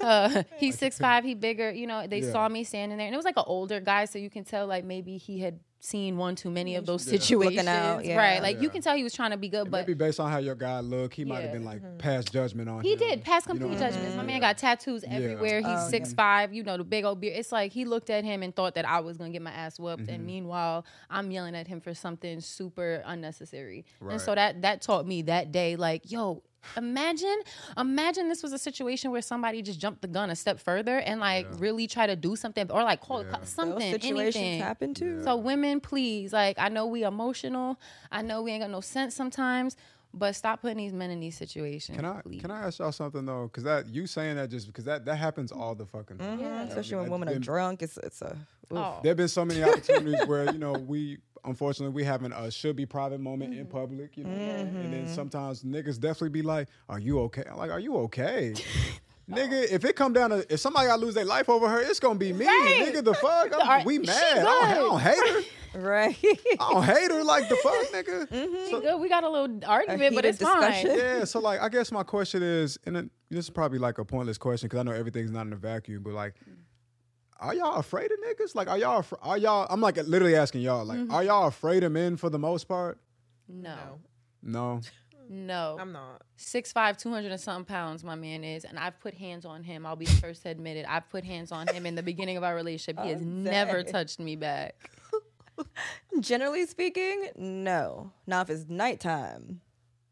uh, he's six five. He bigger. You know, they Yeah. saw me standing there, and it was like an older guy, so you can tell like maybe he had seen one too many of those situations, Looking out, yeah. right? Like you Yeah. can tell he was trying to be good, And but maybe based on how your guy look, he might Yeah. have been like Mm-hmm. past judgment on he him. did pass You know complete what I mean? judgments. My man got tattoos everywhere. Oh, He's six five. You know the big old beard. It's like he looked at him and thought that I was gonna get my ass whooped, Mm-hmm. and meanwhile I'm yelling at him for something super unnecessary. And so that that taught me that day, like, yo, imagine, imagine this was a situation where somebody just jumped the gun a step further and like really try to do something or like call Those something, situations anything. happen too. So women, please, like I know we emotional. I know we ain't got no sense sometimes. But stop putting these men in these situations. Can I please. can I ask y'all something though? Because that you saying that just because that that happens all the fucking Mm-hmm. time. Oh. especially when women are drunk, it's it's a. oof. Oh, There have been so many opportunities where you know we unfortunately we having a should be private moment in public, you know. And then Mhm. sometimes niggas definitely be like, "Are you okay?" I'm like, "Are you okay?" Nigga, if it come down to if somebody gotta lose their life over her, it's gonna be me. Right. Nigga, the fuck, I'm- Are- we she mad. I don't, I don't good. hate her. Right. I don't hate her. Like the fuck, nigga. Mm-hmm. good. We got a little argument, but it's fine. Yeah, so like I guess my question is, and then this is probably like a pointless question because I know everything's not in a vacuum, but like, are y'all afraid of niggas? Like, are y'all afra- are y'all? I'm like literally asking y'all, like, Mm-hmm. Mhm. are y'all afraid of men for the most part? No, No. no. I'm not. Six five, two hundred and something pounds, my man is, and I've put hands on him. I'll be the first to admit it. I've put hands on him in the beginning of our relationship. He has never Okay. touched me back. Generally speaking, no. Now if it's nighttime,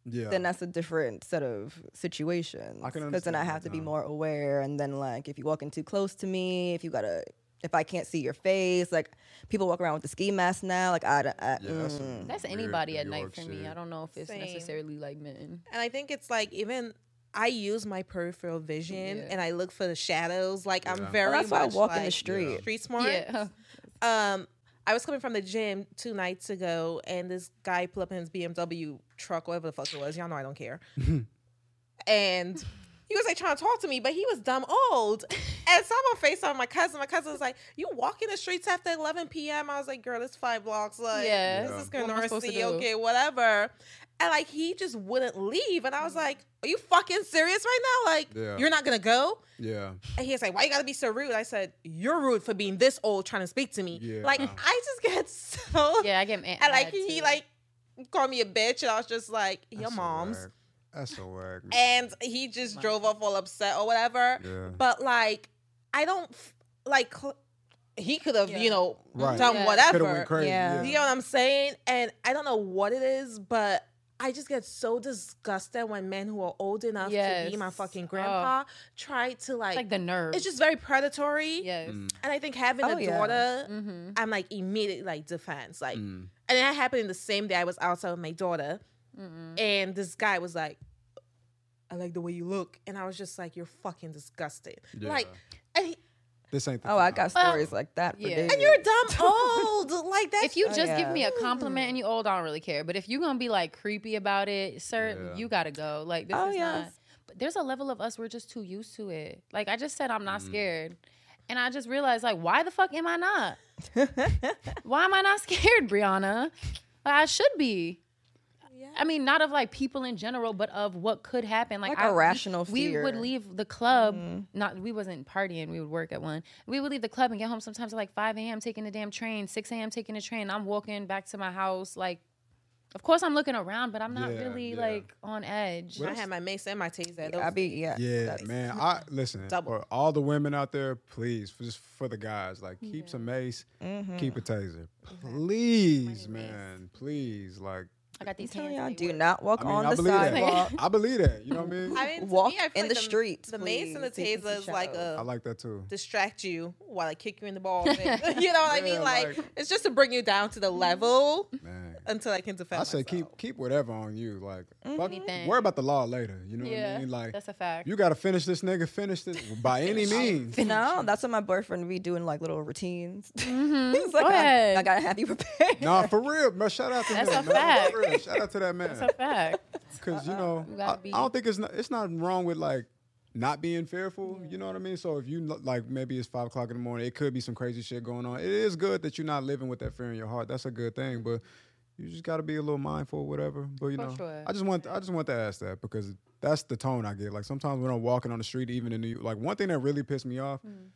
Yeah. then that's a different set of situations. I can Because then I understand have to be more aware. And then like if you walking too close to me, if you gotta, if I can't see your face, like people walk around with the ski mask now. Like I, I that's- mm. That's anybody at night for me. I don't know if it's Same. necessarily like men. And I think it's like even I use my peripheral vision Yeah. and I look for the shadows. Like Yeah. I'm Oh, very that's why I much walk in the like street. Street smart. Yeah. Um I was coming from the gym two nights ago and this guy pulled up in his BMW truck, whatever the fuck it was. Y'all know I don't care. and he was like trying to talk to me, but he was dumb old. And so I'm on FaceTime with my cousin. My cousin was like, You walk in the streets after 11 p.m. I was like, Girl, it's five blocks. Like, Yeah. this is Yeah. Uh, What am I supposed to Canarsie. do? E Okay, whatever. And like, he just wouldn't leave. And I was like, Are you fucking serious right now? Like, Yeah. you're not going to go? Yeah. And he was like, Why you gotta be so rude? I said, You're rude for being this old trying to speak to me. Yeah. Like, I just get so. Yeah, I get mad. And like, mad he too. like called me a bitch. And I was just like, Your That's a mom's whack. That's so whack. man. and he just drove off all upset or whatever. Yeah. But like, I don't f- like. cl- He could have, you know, Right. done Yeah. whatever. Coulda went crazy, Yeah. yeah. You know what I'm saying? And I don't know what it is, but I just get so disgusted when men who are old enough to be my Yes. fucking Oh. grandpa try to like, like the nerve. It's just very predatory. Yes. Mm. Mm-hmm, And I think having Oh, a yeah. Mm. daughter, I'm like immediately like defense, like, mm. and that happened the same day I was outside with my daughter, mm-hmm. Mm. and this guy was like, I like the way you look. And I was just like, you're fucking disgusting. Yeah. Like, and, he, this ain't. The Oh, I got stories like that for yeah. days. and you're dumb old. Like, that's. If you Oh, just give yeah. me a compliment and you old, I don't really care. But if you're gonna be like creepy about it, sir, Yeah. you gotta go. Like this Oh, is yes. not. But there's a level of us we're just too used to it. Like I just said, I'm not scared, and I just realized like why the fuck am I not? why am I not scared, Brianna? Like, I should be. I mean, not of like people in general, but of what could happen. Like, Like I, a rational we, We would fear. Mm-hmm. leave the club. Not we wasn't partying. We would work at one. We would leave the club and get home sometimes at like five a.m. taking the damn train, six a.m. taking the train. I'm walking back to my house. Like, of course I'm looking around, but I'm not Yeah, really yeah. like on edge. I had my mace and my taser. I be yeah. Yeah, man. I listen for all the women out there. Please, for just for the guys, like keep some mace, mm-hmm. keep a taser, please, man, please. Like, I got these hands. Y'all do not walk I mean, on I the believe sidewalk. that. I believe that. You know what I mean? I mean, to me, Walk I feel in the streets, The mace and the please, so you can taser see is like a. I like that too. distract you while I kick you in the balls. and- you know what I Yeah, mean? Like, like- it's just to bring you down to the Mm. level until I can defend. I say keep keep whatever on you. Like, fuck- Anything. worry about the law later. You know what I Mm-hmm. Yeah, mean? Like, that's a fact. You gotta finish this nigga. Finish this by any means. No, that's what my boyfriend be doing like little routines. He's Mm-hmm. Go like, I, ahead. I gotta have you prepared. Nah, for real, bro. Shout out to That's him. a man. fact. For real, Shout out to that man. That's a fact. Because you know, You I, Uh-uh. gotta I be- don't think it's not, it's not wrong with like not being fearful. You know what I mean? So if you kn- like maybe it's five o'clock in the morning, it could be some crazy shit going on. It is good that you're not living with that fear in your heart. That's a good thing, but you just got to be a little mindful, or whatever. But you For know, sure. I just want I just want to ask that because that's the tone I get. Like sometimes when I'm walking on the street, even in New York, like one thing that really pissed me off, Mm.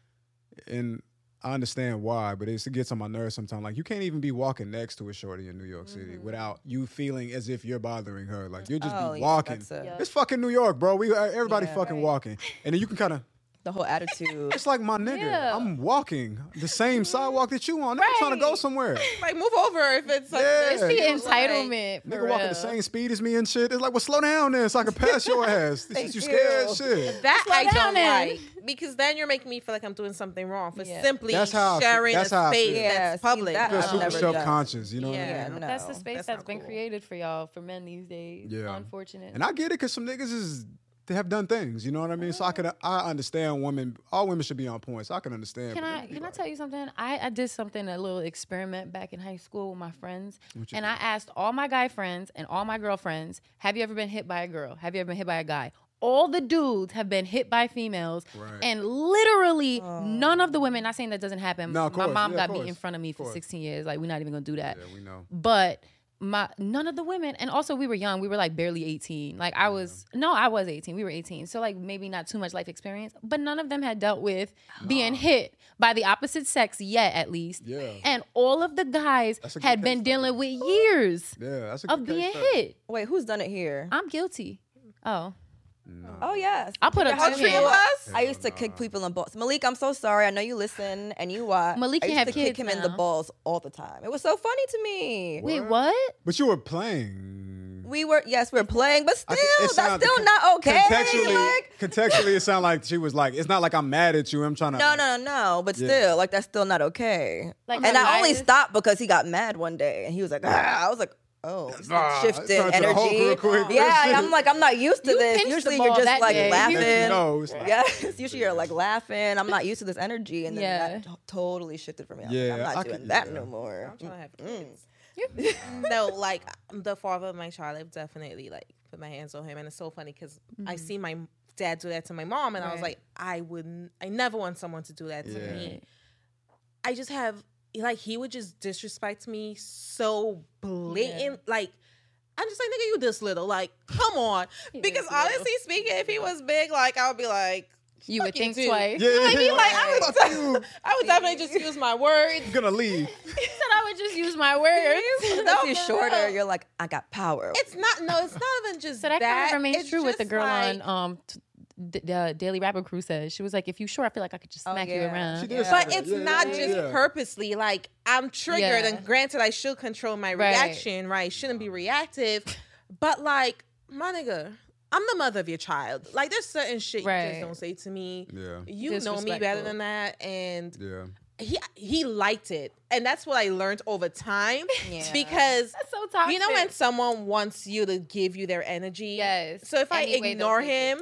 and I understand why, but it's, it gets on my nerves sometimes. Like you can't even be walking next to a shorty in New York City without you feeling as if you're bothering her. Like you just Mm-hmm. Oh, be yeah, walking. that's a- it's fucking New York, bro. We uh, everybody Yeah. fucking walking, and then you can kind of. The whole attitude. It's like my nigga. Yeah. Mm-hmm. I'm walking the same sidewalk that you on. Nigga, I'm trying to go somewhere. Like, move over if it's like. Yeah. It's the Like- entitlement. Nigga for walking real. the same speed as me and shit. It's like, well, slow down then so I can pass your ass. This is you scared as shit. That I down don't then. like because then you're making me feel like I'm doing something wrong for Yeah. simply That's how I feel- sharing that's a how I space feel. Yeah, that's see, public. that Feel I've super never self done. conscious. You know what I mean? Yeah, no. That's the space that's been created for y'all for men these days. Yeah. Unfortunate. And I get it because some niggas is they have done things. You know what I mean? So I could I understand women. All women should be on point. So I can understand. Can but I can I tell you something? I, I did something a little experiment back in high school with my friends, What you and I asked all my guy friends and all my girlfriends, "Have you ever been hit by a girl? Have you ever been hit by a guy?" All the dudes have been hit by females, Right. and literally none of the women. Not saying that doesn't happen. No, of my course. mom Yeah, of got beat in course. front of me Of for course. 16 years. Like we're not even gonna do that. we know. But my none of the women, and also we were young. We were like barely eighteen. Like I was no, I was eighteen. We were eighteen, so like maybe not too much life experience. But none of them had dealt with being hit by the opposite sex yet, at least. Yeah. And all of the guys That's a good had case been dealing with years Yeah, that's a good of case being study. hit. Wait, who's done it here? I'm guilty. Oh, Uh, Oh yes, I put a How twenty many in. of us? I used to kick people in balls. Malik, I'm so sorry. I know you listen and you watch. Malik I can used have to kick kids him in now. the balls all the time. It was so funny to me. wait, what? But you were playing. We were yes, we were playing, but I still, think it that's sounds- still not okay. Contextually, Like, contextually, it sounded like she was like, "It's not like I'm mad at you. I'm trying to." no, no, no, no. But Uh-huh. Yeah. still, like that's still not okay. Like and I only Elias- stopped because he got mad one day, and he was like, ah. I was like. Oh, Ah, shifted it turned to Hulk energy. real quick. Yeah, and I'm like, I'm not used to You this. pinched the Usually, ball you're just that like day. You- laughing. No, it's not. Yes, usually you're like laughing. I'm not used to this energy, and then Yeah. that t- totally shifted for me. I'm, Yeah, like, I'm I not could- doing that yeah. no more. I'm trying to have kids. no, like the father of my child, I've definitely like put my hands on him, and it's so funny because I see my dad do that to my mom, and I was Mm-hmm. Right. like, I wouldn't, I never want someone to do that to Yeah. me. I just have like he would just disrespect me so blatant, like. I'm just like, nigga, you this little. Like, come on. Because honestly speaking, if he was big, like, I would be like, You would Fuck you think too. twice. Yeah, like, yeah, you like, I Fuck would, you. I would definitely just use my words. I'm gonna leave. I said I would just use my words. If No, you're for shorter, real. you're like, I got power. It's not. No, it's not even just So that, kind of remains It's true with the just girl like- on um t- d- the Daily Rapper Crew said. She was like, if you short, I feel like I could Oh, just smack you yeah. around. She did say But that. it's Yeah, not yeah, just yeah. purposely. Like I'm triggered, Yeah. and granted, I should control my Right. reaction. Right, shouldn't be reactive. But like, my nigga, I'm the mother of your child. Like, there's certain shit you Right. just don't say to me. Yeah. You know me better Disrespectful. than that, and Yeah. he he liked it, and that's what I learned over time. Because That's so toxic. you know when someone wants you to give you their energy. Yes. So if Any I way they'll ignore take it. him,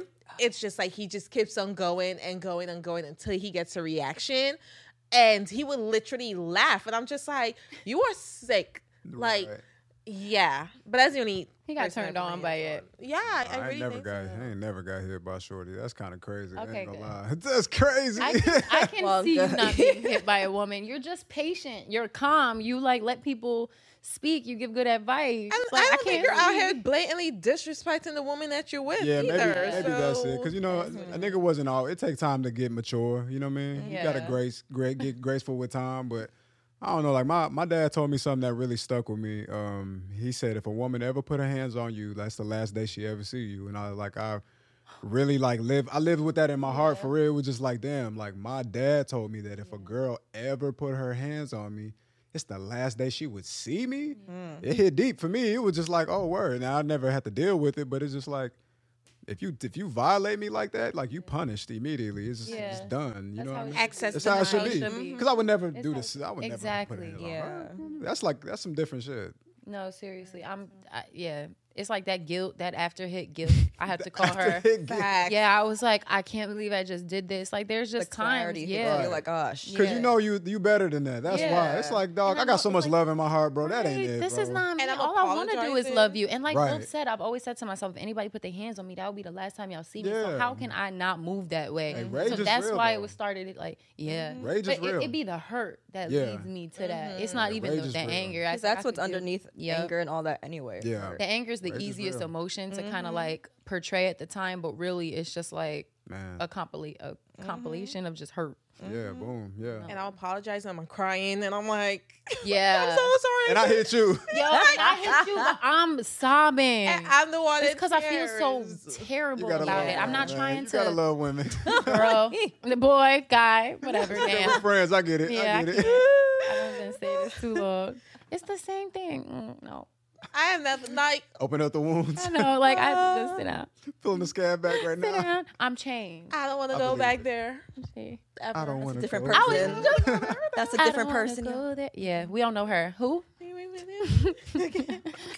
it's just like he just keeps on going and going and going until he gets a reaction, and he would literally laugh, and I'm just like, "You are sick." Like, Right. yeah. But that's the only. He got person I turned put my on by hands it. on. Yeah, I, I, really ain't never think got so. I ain't never got hit by shorty. That's kind of crazy. I Okay, ain't gonna good. lie. That's crazy. I can, I can see you good. not being hit by a woman. You're just patient. You're calm. You like let people speak. You give good advice. I, Like, I don't think you're out see- here blatantly disrespecting the woman that you're with yeah, maybe, either. maybe that's it. so- Cause you know, a nigga wasn't all. It takes time to get mature. You know what I mean? You gotta Yeah. grace, great, get graceful with time. But I don't know. Like my my dad told me something that really stuck with me. Um, he said if a woman ever put her hands on you, that's the last day she ever see you. And I like I really like live. I lived with that in my heart for real. It was just like damn. Like my dad told me that if a girl ever put her hands on me. It's the last day she would see me. Mm. It hit deep for me. It was just like, oh word. Now I never had to deal with it, but it's just like, if you if you violate me like that, like you punished immediately. It's just it's Yeah. done. You know what I how it mean? should Access That's to how it knowledge should be. should be. Because I would never do how- this. I would Exactly, never. Put it on her. That's like that's some different shit. No, seriously. I'm. I, yeah. It's like that guilt, that after hit guilt. I have to call her. Facts. Yeah, I was like, I can't believe I just did this. Like, there's the just times. clarity. Yeah. You're like, oh shit. Because you know you you better than that. That's why. It's Yeah. like dog. I got so much love in my heart, bro. That ain't Right, it. This bro. is not me. And I'm All I want to do is apologizing. love you. And like Wolf Right. said, I've always said to myself, if anybody put their hands on me, that would be the last time y'all see me. Yeah. So how can I not move that way? Hey, rage so is that's real, why though. it was started. It like, yeah, Mm-hmm. Rage but is real. It, it be the hurt that Yeah. leads me to that. It's not Mm-hmm. Yeah, even rage the, is the real. anger. I- Because I that's what's could do- underneath Yep. anger and all that anyway. Yeah. The anger is the Rage is easiest real. emotion to Mm-hmm. kind of like portray at the time, but really it's just like Man. a Mm-hmm. compila- a Mm-hmm. compilation of just hurt. Yeah. Boom. Yeah. And I'll apologize. And I'm crying, and I'm like, Yeah. I'm so sorry. And I hit you. Yo, I hit you, but I'm sobbing. And I'm the one. It's in because I feel tears. so You terrible gotta love about it. I'm women, not man. trying you to, gotta love women. girl, the boy, guy, whatever. Damn. Friends, I get it. Yeah, I I get can't. it. I haven't been saying this too long. It's the same thing. Mm, no, I have nothing like. Open up the wounds. I know. Like I just sit down, Feeling the scab back sit right now. down. I'm changed. I don't want to I go believe back it. there. See? I don't want to. different go person. there. I was just That's a I different don't wanna person. go there. Yeah, we don't know her. Who?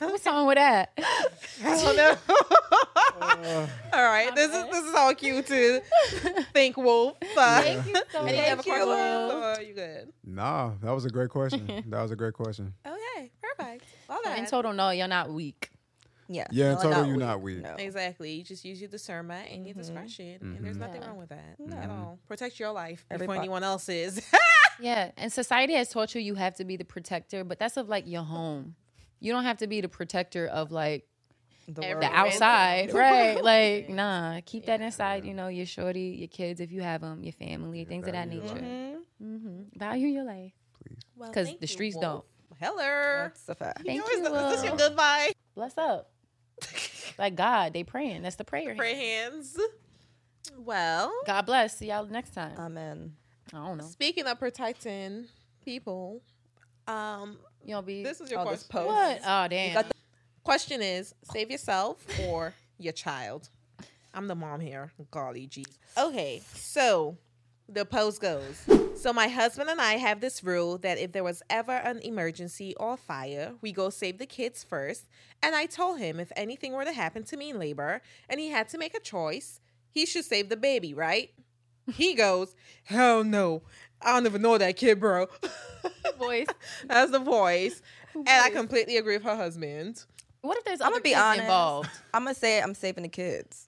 What's wrong with that? I don't know. All right, this is this is all cute to think wolf. Uh, Thank you so any much. other Thank you, questions? Wolf. Or you good? Nah, that was a great question. that was a great question. Okay, perfect. All But that. in total, no, you're not weak. Yeah. "Oh, Yeah, in total, you're not weak. Exactly. You just use your discernment and your discretion, and there's Mm-hmm. Mhm. Mm-hmm. nothing Yeah. wrong with that No. at all. Protect your life Everybody- before anyone else's. yeah, and society has taught you you have to be the protector, but that's of like your home. You don't have to be the protector of like the, world. outside, The right? world. Like, nah, keep that inside. You know, your shorty, your kids, if you have them, your family, things of that value nature. your life. Mhm. Value your life, please, because the streets don't. Heller. That's a fact. Thank is you. the- is this your Will. goodbye? Bless up. like God, they praying. That's the prayer. Pray hand. hands. Well, God bless. See y'all next time. Amen. I don't know. Speaking of protecting people, um, you know, be this is your all this question. post. What? Oh, damn. got the- question is: save yourself or your child? I'm the mom here. Golly jeez. Okay, so the post goes. So my husband and I have this rule that if there was ever an emergency or fire, we go save the kids first. And I told him if anything were to happen to me in labor, and he had to make a choice, he should save the baby, right? He goes, hell no. I don't even know that kid, bro. voice. That's the voice. And I completely agree with her husband. What if there's I'm other gonna be kids honest. involved? I'm gonna say I'm saving the kids,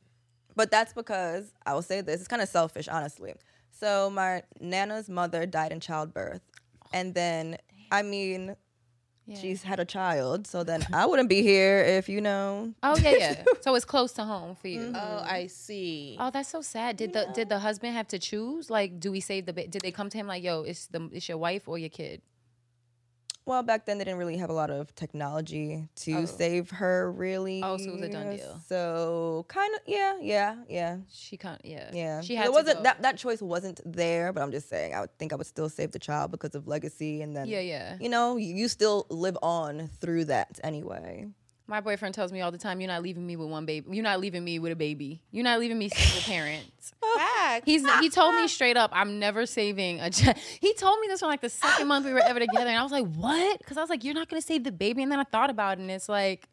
but that's because I will say this. It's kind of selfish, honestly. So my nana's mother died in childbirth, and then I mean, she's had a child. So then I wouldn't be here if you know. Oh yeah, yeah. so it's close to home for you. Oh, I see. Oh, that's so sad. Did the did the husband have to choose? Like, do we save the? Ba- did they come to him like, yo, it's the it's your wife or your kid? Well, back then they didn't really have a lot of technology to Oh. save her, really. Oh, so it was a done deal. So kind of, yeah, yeah, yeah. She can't. Yeah. Yeah, She So had it to wasn't go. that that choice wasn't there. But I'm just saying, I would think I would still save the child because of legacy, and then Yeah, yeah. you know, you, you still live on through that anyway. My boyfriend tells me all the time, "You're not leaving me with one baby. You're not leaving me with a baby. You're not leaving me single parent." He's he told me straight up, "I'm never saving a." Ch-. He told me this one like the second month we were ever together, and I was like, "What?" Because I was like, "You're not going to save the baby," and then I thought about it, and it's like,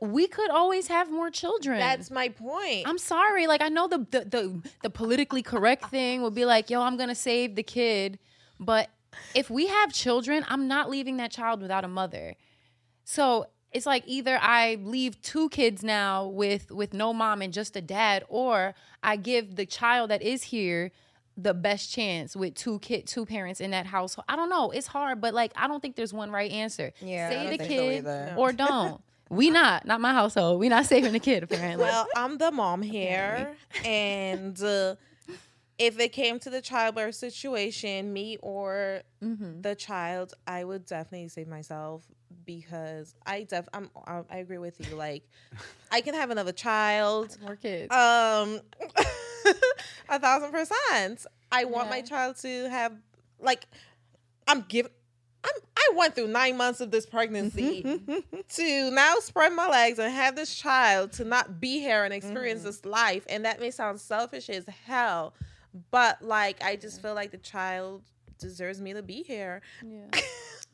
we could always have more children. That's my point. I'm sorry. Like I know the the the, the politically correct thing would be like, yo, I'm gonna save the kid, but if we have children, I'm not leaving that child without a mother. So it's like either I leave two kids now with with no mom and just a dad, or I give the child that is here the best chance with two kid two parents in that household. I don't know. It's hard, but like I don't think there's one right answer. Yeah, I Save don't the think so kid either. or don't. We not, not my household. We not saving the kid apparently. Well, I'm the mom here, and uh, if it came to the childbirth situation, me or Mm-hmm. the child, I would definitely save myself because I def I'm I, I agree with you. Like, I can have another child, more kids. Um, a thousand percent. I want my child to have like I'm giving. I'm, I went through nine months of this pregnancy to now spread my legs and have this child to not be here and experience Mm-hmm. this life. And that may sound selfish as hell, but like I just feel like the child deserves me to be here. Yeah.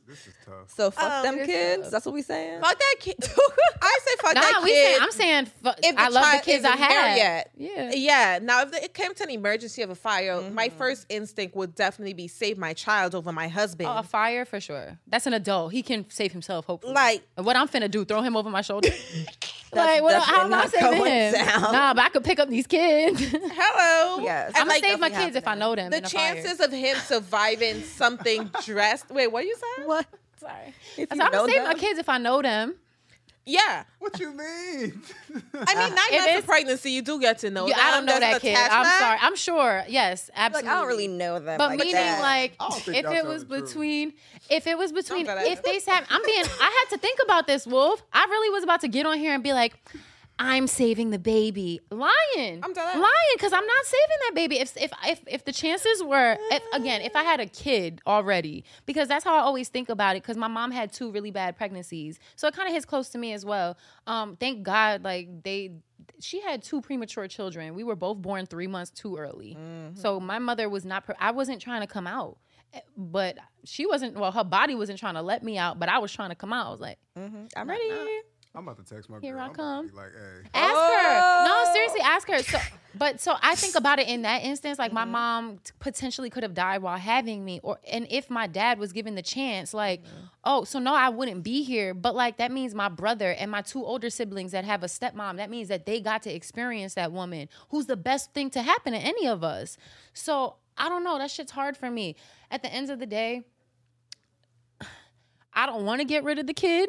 This is tough. So fuck Um, them kids. That's what we saying. Fuck that kid. I say fuck that Nah, kid. we saying, I'm saying, fu- I love the child kids I isn't there had. Yet. uh, Yeah. Mm-hmm. Yeah. Now, if it came to an emergency of a fire, my first instinct would definitely be save my child over my husband. Oh, a fire for sure. That's an adult. He can save himself, hopefully. Like- And what I'm finna do, throw him over my shoulder. like, what, how am I definitely saving not him? going down. Nah, but I could pick up these kids. Hello. Yes. I'm And, gonna like, save my kids if I know them. the in a fire. chances of him surviving something dressed. Wait, what do you say? What? Sorry. If I you said, I'm know gonna save my them, kids if I know them. Yeah. What you mean? I mean, Uh, nine If months it's- of pregnancy, you do get to know. You- I Now don't know there's that an kid. attachment. I'm sorry. I'm sure. Yes, like absolutely. I don't really know them. But like meaning that. like I don't think if y'all it tell was the truth. between if it was between that if they said I'm being I had to think about this wolf. I really was about to get on here and be like I'm saving the baby. Lying. I'm done. lying because I'm not saving that baby. If if if, if the chances were if, again, if I had a kid already, because that's how I always think about it. Because my mom had two really bad pregnancies, so it kind of hits close to me as well. Um, thank God, like they, she had two premature children. We were both born three months too early, Mm-hmm. so my mother was not. Pre- I wasn't trying to come out, Eh, but she wasn't. Well, her body wasn't trying to let me out, but I was trying to come out. I was like, I'm ready. I'm about to text my Here girl. I I'm about to come. be like, hey. Ask her. No, seriously, ask her. So, but so I think about it in that instance, like my mom t- potentially could have died while having me, or and if my dad was given the chance, like, oh, so no, I wouldn't be here. But like that means my brother and my two older siblings that have a stepmom, that means that they got to experience that woman, who's the best thing to happen to any of us. So I don't know. That shit's hard for me. At the end of the day, I don't want to get rid of the kid,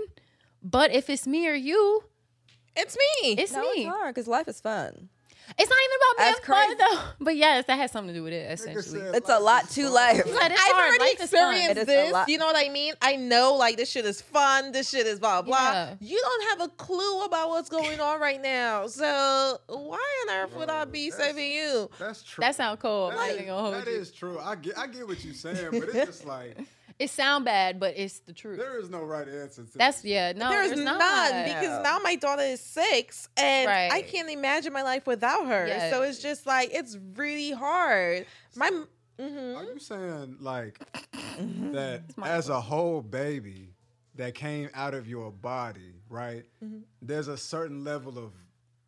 but if it's me or you, it's me. It's no, me. it's hard because life is fun. It's not even about That's me fun though. But yes, that has something to do with it essentially. It's a lot to life. But it's I've hard. already Life is fun. It is experienced a this. lot. You know what I mean? I know like this shit is fun. This shit is blah blah. Yeah. You don't have a clue about what's going on right now. So why on earth would I be saving Oh. you? That's true. That sound cold. oh, That I ain't gonna is- hold that you. is true. I get I get what you're saying, but it's just like It sound bad, but it's the truth. there is no right answer to That's yeah. No, There's there's none not. because now my daughter is six and I Right. can't imagine my life without her. Yes. So it's just like it's really hard. My mhm. Are you saying like that as a whole baby that came out of your body, right? Mm-hmm. There's a certain level of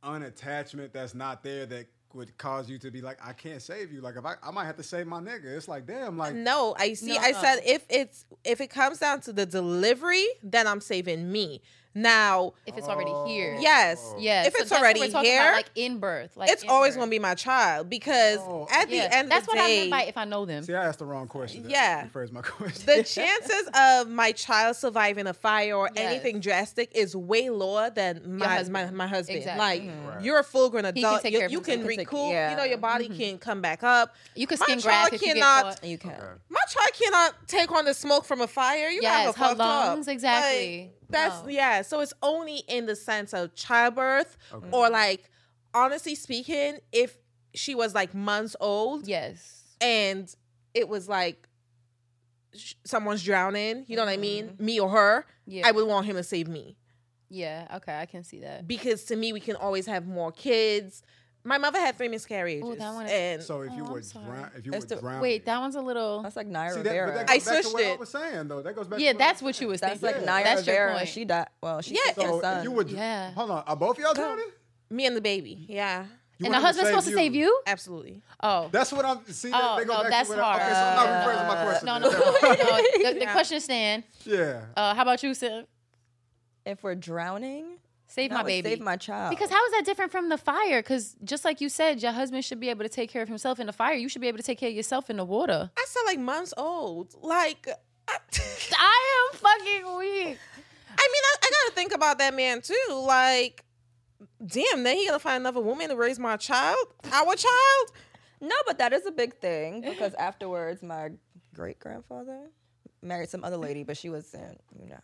unattachment that's not there that would cause you to be like, I can't save you. Like if I, I might have to save my nigga. It's like, damn, like No, I see. No, I no. said if it's if it comes down to the delivery, then I'm saving me. Now, if it's already here. Oh. yes, Yeah. if so it's that's what already we're talking here, about, like in birth. Like it's always going to be my child because at the end That's of the what I day, meant by if I know them. See, I asked the wrong question. That Yeah. rephrase my question. the chances of my child surviving a fire or Yes. anything drastic is way lower than my husband. my, my husband. Exactly. Like Mhm. you're a full grown can adult. take you care of you can himself. He can take- recoup. You yeah. Mm-hmm. know your body can come back up. You could My skin grass child if you get cannot- caught. You can. My child cannot take on the smoke from a fire. You Yes, have a her fucked up. lungs, exactly. Like, that's No. yeah. So it's only in the sense of childbirth, or like honestly speaking, if she was like months old, Yes. and it was like sh- someone's drowning, you know what I mean? Me or her, Mm-hmm. Yeah. I would want him to save me Yeah. Okay. I can see that. because to me, we can always have more kids. My mother had three miscarriages, Ooh, that one is- and so if you Oh, I'm were sorry. drown, if you That's were the- drowning, Wait, that one's a little. That's like Naya See, that, Rivera. but that I goes back to switched what I it. was saying though. That goes back. Yeah, to what I that's was what you was that's thinking. like Naya that's your Rivera. point. She died. Well, she Yeah, yeah, saying. her So son. if you would. Yeah. Hold on. Are both y'all drowning? me and the baby, yeah, and You want the him husband's supposed to save you? absolutely. Oh. That's what I'm. See, that, Oh, they go no, back that's to what I- Okay, so hard. Uh, I'm not rephrasing No, my no, no. question. no. The, the question is Stan. yeah. Uh, how about you, Sim? if we're drowning, Save that my would baby. save my child. Because how is that different from the fire? Because just like you said, your husband should be able to take care of himself in the fire. You should be able to take care of yourself in the water. I sound like months old. Like, I, I am fucking weak. I mean, I, I gotta think about that man too. Like, damn, then he gonna find another woman to raise my child, our child. no, but that is a big thing because afterwards, my great grandfather married some other lady, but she wasn't, you know.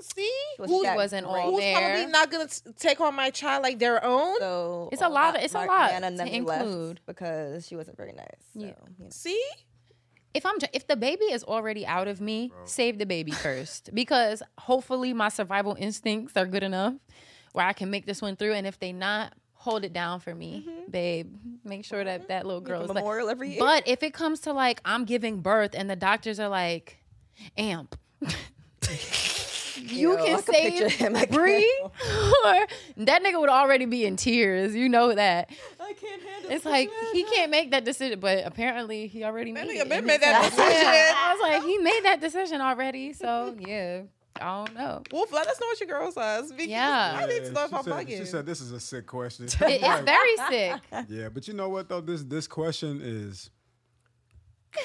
See, was Who that wasn't great. all who's probably there? not gonna t- take on my child like their own. So It's a all lot my- of- it's a my lot Nana to and them left include. because she wasn't very nice. So, Yeah. you know. See, If I'm if the baby is already out of me, save the baby first because hopefully my survival instincts are good enough where I can make this one through. And if they not, hold it down for me, Mm-hmm. babe. Make sure that that little girl is like. memorial every year. But if it comes to like I'm giving birth and the doctors are like, amp. You Ew, I can could picture save him, I Bree, can't. or that nigga would already be in tears. You know that. I can't handle. It's like he can't make that decision, but apparently he already made nigga it. been And made he's that like- decision. Yeah, I was like, he made that decision already. So yeah, I don't know. Wolf, let us know what your girl says. Because Yeah. I need to know if she, I'm said, she bugging. said this is a sick question. It- it's very sick. yeah, but you know what though? This this question is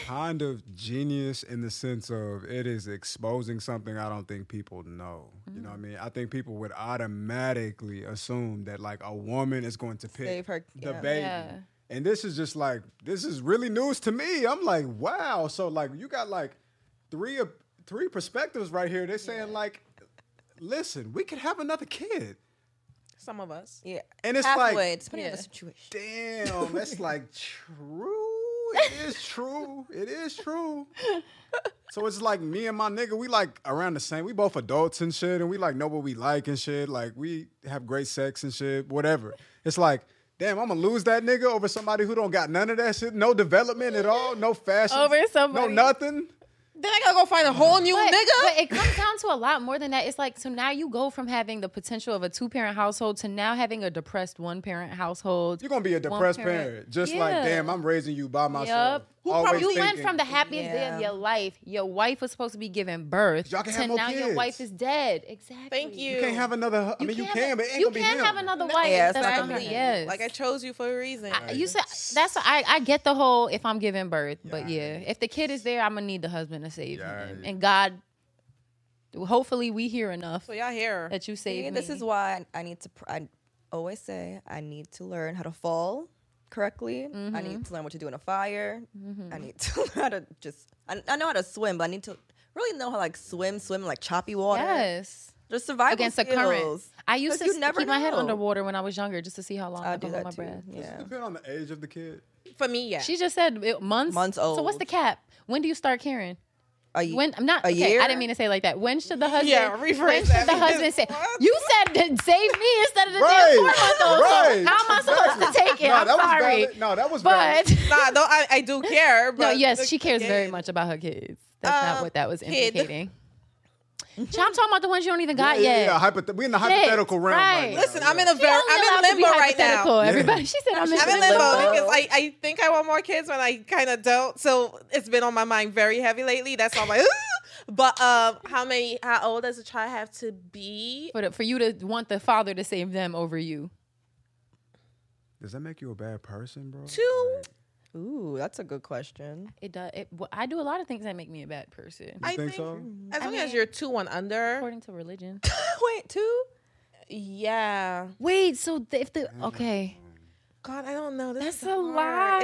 kind of genius in the sense of it is exposing something I don't think people know. You Mm-hmm. know what I mean? I think people would automatically assume that like a woman is going to pick Save her- the yeah. baby. Yeah. And this is just like this is really news to me. I'm like, wow. So like you got like three of three perspectives right here. They're saying like, listen, we could have another kid. Some of us. yeah. And it's Halfway, like it's depending on the Yeah. situation. Damn, that's like true. It is true. It is true. So it's like me and my nigga, we like around the same. We both adults and shit, and we like know what we like and shit. Like we have great sex and shit, whatever. It's like, damn, I'm gonna lose that nigga over somebody who don't got none of that shit, no development at all, no fashion, Over somebody- no nothing. Then I gotta go find a whole new but, nigga. But it comes down to a lot more than that. It's like so now you go from having the potential of a two parent household to now having a depressed one parent household. You're gonna be a depressed parent. Just like, damn, I'm raising you by myself. Yep. Always you went thinking, from the happiest day of your life. Your wife was supposed to be giving birth. can to have more now your kids. wife is dead. Exactly. Thank you. You can't have another. hu- I mean, you can, but it ain't you gonna be can him. have another No, wife. yeah, it's that's not not gonna gonna be him. yes. Like I chose you for a reason. you said that's I, I get the whole if I'm giving birth, but yeah, if the kid is there, I'm gonna need the husband to save him. And God, hopefully, we hear enough. so y'all here. that you See, saved me. This is why I need to. pr- I always say I need to learn how to fall correctly. I Mm-hmm. need to learn what to do in a fire. I need to learn how to just. I, I know how to swim, but I need to really know how like swim, swim in, like choppy water. yes There's survival against the skills. current. I used to 'Cause you s- never keep my head know. underwater when I was younger just to see how long I I could do hold my that too. breath. Yeah. Depend on the age of the kid. For me, yeah. She just said it, months. Months So what's old. the cap? When do you start caring? A ye- When I'm not a okay, year. I didn't mean to say it like that. When should the husband? Yeah, when rephrase should the that. husband say? What? You said that save me instead of the Right, damn four month old. right, So how am I supposed to take it? No, I'm that was sorry. valid. No, that was valid. But nah, though I, I do care. But no, yes, look, she cares very again, much about her kids. That's not Um, what that was kid. indicating. Child, I'm talking about the ones you don't even got yeah, yet. yeah, yeah. hypoth- we in the Shit, hypothetical realm. right. Right. now. Listen, I'm in a She very, only I'm allowed to in be limbo right now. hypothetical, Everybody, she said I'm in I'm in limbo. limbo because I, I think I want more kids when I kind of don't. So it's been on my mind very heavy lately. That's why I'm like, but um, how many? How old does a child have to be? for, the, for you to want the father to save them over you. Does that make you a bad person, bro? Two. Ooh, that's a good question. It does. It, well, I do a lot of things that make me a bad person, You I think think- so? As long as you're two and under. according to religion. Wait, two? Yeah. Wait, so th- if Mm. the okay, God, I don't know. This that's is a hard.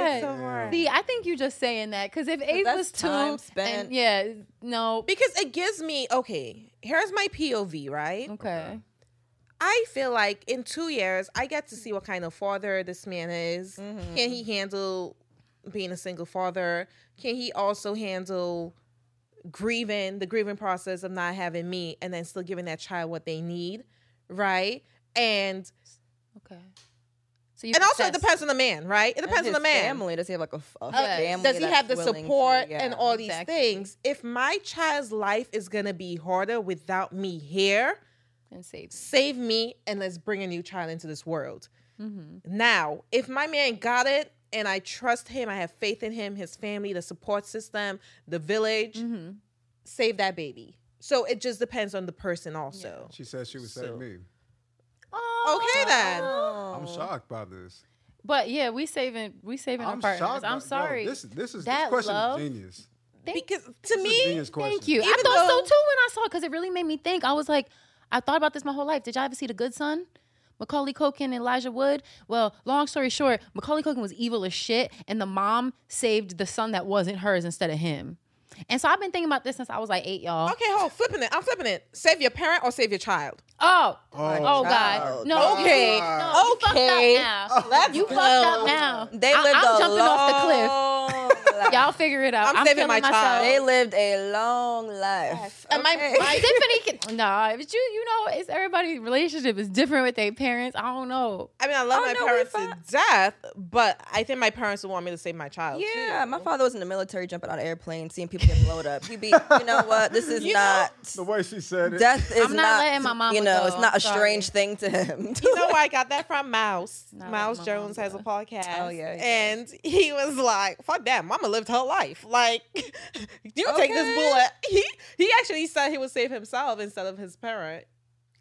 lot. It's so hard. See, I think you're just saying that because if eight that's was two, time and- spent. yeah, no, because it gives me okay. Here's my POV, right? okay, I feel like in two years, I get to see what kind of father this man is. Mm-hmm. Can he handle being a single father? Can he also handle grieving, the grieving process of not having me and then still giving that child what they need? Right? And okay. So you and also it assess. depends on the man, right? It depends on the man. Family. Does he have like a, f- a Yes. family? Does he that's have the willing to- support yeah. and all these exactly. things? If my child's life is gonna be harder without me here, and saves. save me and let's bring a new child into this world. Now, if my man got it and I trust him, I have faith in him, his family, the support system, the village, save that baby. So it just depends on the person, also. She said she was So- saving me. Oh. Okay, then. I'm shocked by this. Oh. But yeah, we saving we saving I'm our partners. shocked. I'm by- bro, sorry. this is this is That this question love- is genius. Thank- Because to This is a me, genius question. Thank you. I Even thought so though- too when I saw because it really made me think. I was like, I thought about this my whole life. Did y'all ever see The Good Son? Macaulay Culkin and Elijah Wood. Well, long story short, Macaulay Culkin was evil as shit, and the mom saved the son that wasn't hers instead of him. And so I've been thinking about this since I was like eight, y'all. okay, hold, flipping it. I'm flipping it. Save your parent or save your child. Oh, oh, God, child. no. Okay. you- no, you fucked Okay. up now. Let's you go. fucked up now. They I, lived am a jumping off the the cliff. Y'all figure it out. I'm I'm, saving feeling my myself. child. They lived a long life. And my- Okay. my- Tiffany can nah, but you you know it's everybody's relationship is different with their parents. I don't know. I mean, I love Oh, my no, we parents to fine. death, but I think my parents would want me to save my child. Yeah, too. my father was in the military, jumping out of airplanes, seeing people get blown up. You be, you know what? This is not The way she said it. death. Is not letting my mama You know, go. it's not I'm a strange thing to him. you know where I got that from? Mouse. Not Mouse like my Jones mom has a does. podcast. Oh, yeah, he does. And he was like, fuck that. Mama lived her life. Like, you take Okay. this bullet. He he actually said he would save himself instead of his parent.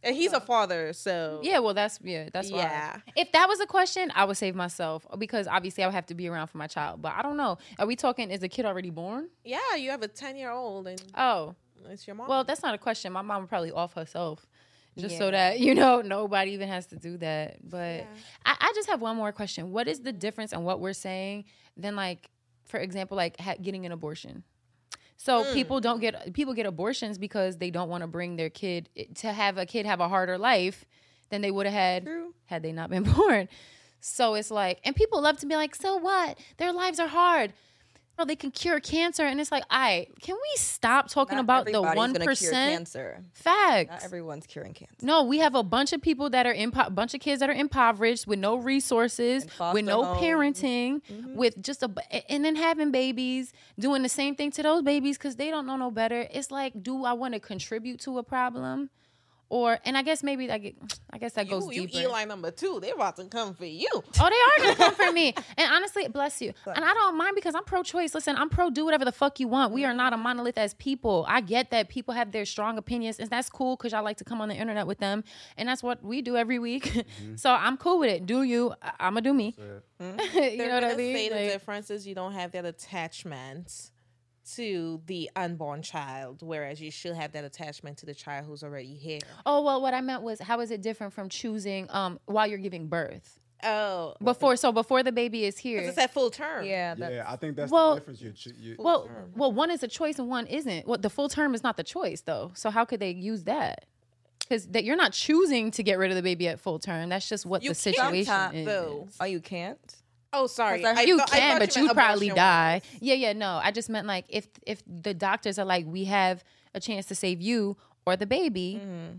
And he's a father, so Yeah, well that's yeah, that's why. Yeah. If that was a question, I would save myself because obviously I would have to be around for my child. But I don't know. Are we talking is the kid already born? Yeah, you have a ten year old and Uh, Oh. it's your mom. Well, that's not a question. My mom would probably off herself. Just so that, you know, nobody even has to do that. But I, I just have one more question. What is the difference in what we're saying than like, for example, like ha- getting an abortion? So Mm. people don't get people get abortions because they don't want to bring their kid eh, to have a kid have a harder life than they would have had had they not been born. So it's like, and people love to be like, so what? Their lives are hard. oh, they can cure cancer, and it's like, I can we stop talking about the Everybody's one gonna cure percent? Cancer. Facts. Not everyone's curing cancer. No, we have a bunch of people that are in bunch of kids that are impoverished with no resources, foster with no homes. parenting, Mm-hmm. with just a bu- and then having babies, doing the same thing to those babies cuz they don't know no better. It's like, do I want to contribute to a problem? Or and I guess maybe I get I guess that goes Ooh, you deeper. Eli number two. They about to come for you. Oh, they are gonna come for me. And honestly, bless you. And I don't mind because I'm pro-choice. Listen, I'm pro. Do whatever the fuck you want. We are not a monolith as people. I get that people have their strong opinions, and that's cool because I like to come on the internet with them, and that's what we do every week. so I'm cool with it. Do you? I- am going to do me. you Mm-hmm. They're know what I gonna mean? Say Like- the difference is you don't have that attachment to the unborn child, whereas you should have that attachment to the child who's already here. Oh well, what I meant was how is it different from choosing um while you're giving birth Oh, before? So before the baby is here, it's at full term. Yeah, Yeah, I think that's Well- the difference. You, ch- you, Well, well, one is a choice and one isn't. Well, the full term is not the choice though. So how could they use that? Because that you're not choosing to get rid of the baby at full term. That's just what You the can't situation sometimes, is. though. Oh, you can't. Oh, sorry. You I thought- I can, thought but meant you probably abortion-wise. die. Yeah, yeah. No, I just meant like if if the doctors are like, we have a chance to save you or the baby. Mm-hmm.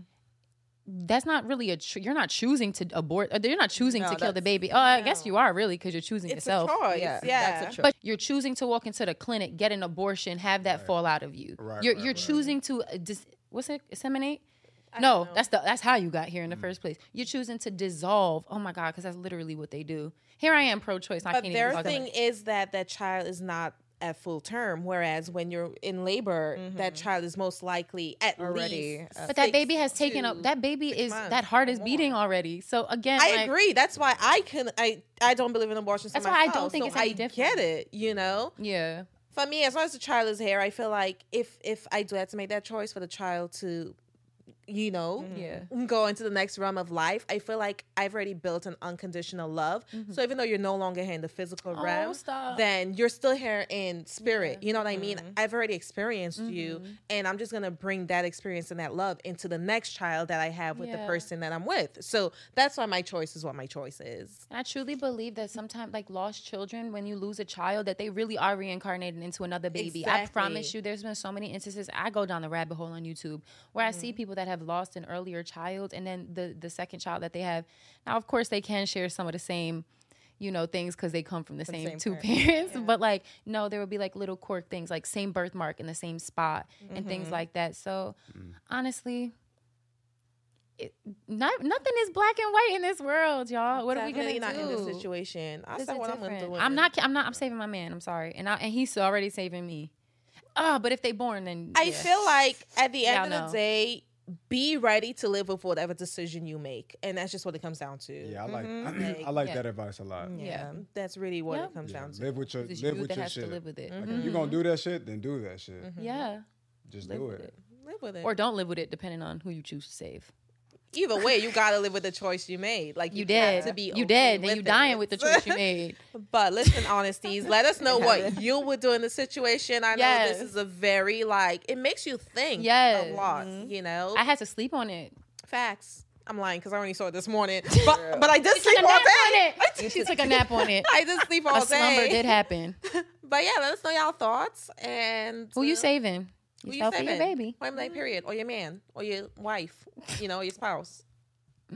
That's not really a. Cho- you're not choosing to abort. Or you're not choosing No, to kill the that's- baby. Oh, I guess you are really because you're choosing It's yourself. a choice. Yeah, Yeah, that's a choice. But you're choosing to walk into the clinic, get an abortion, have that fall out of you. Right, you're right, you're right. choosing to uh, dis- what's it disseminate? No, that's the that's how you got here in the Mm. first place. You're choosing to dissolve. Oh my god, because that's literally what they do. Here I am, pro-choice. and I but can't their even thing is that that child is not at full term, whereas when you're in labor, that child is most likely Mm-hmm. at Already, least. uh, But that six baby has taken to- up. That baby is months that heart is beating already. So again, I like, agree. That's why I can. I I don't believe in abortion. That's why I don't think it's any oh, I different. get it. You know. Yeah. For me, as long as the child is here, I feel like if if I do have to make that choice for the child to, you know, Yeah. go into the next realm of life, I feel like I've already built an unconditional love. Mm-hmm. So even though you're no longer here in the physical Oh, realm, stop. then you're still here in spirit. You know what I mean? I've already experienced you, Mm-hmm. and I'm just gonna bring that experience and that love into the next child that I have with Yeah. the person that I'm with. So that's why my choice is what my choice is. And I truly believe that sometimes, like lost children, when you lose a child, that they really are reincarnated into another baby. I promise Exactly. you, there's been so many instances. I go down the rabbit hole on YouTube where I see people that have lost an earlier child, and then the the second child that they have. Now, of course, they can share some of the same. You know things because they come from the same, same two parents. parents, but like no, there would be like little quirk things, like same birthmark in the same spot and Mm-hmm. things like that. So Mm. honestly, it, not, nothing is black and white in this world, y'all. What are we Definitely gonna not do? in this situation. I This said is what I'm gonna do. different. with I'm it. not. ki- I'm not. I'm saving my man. I'm sorry, and I, and he's already saving me. Oh, but if they born, then I yeah. feel like at the end Y'all of know. the day, be ready to live with whatever decision you make, and that's just what it comes down to. yeah, I like Mhm. I mm-hmm. like Yeah. that advice a lot. yeah. That's really what Yeah. it comes Yeah, down to. live with your It's live you with that your has to shit. live with it. Mm-hmm. Mm-hmm. Like, if you gonna do that shit, then do that shit. Yeah, Just do it. Live with it. or don't live with it, depending on who you choose to save. Either way, you gotta live with the choice you made. Like You have dead. to be you okay dead, and you it. dying with the choice you made. But listen, honesties, let us know what you would do in this situation. I know Yes. this is a very like it makes you think Yes. Mm-hmm. a lot. You know, I had to sleep on it. facts. I'm lying because I only saw it this morning, but but I did sleep Took a all nap day. on it. She took a nap on it. I did sleep all A slumber day. did happen. But yeah, let us know y'all thoughts and Who you uh, saving? who Yourself or your saving? baby? Or your man, period, or your man, or your wife, you know, your spouse.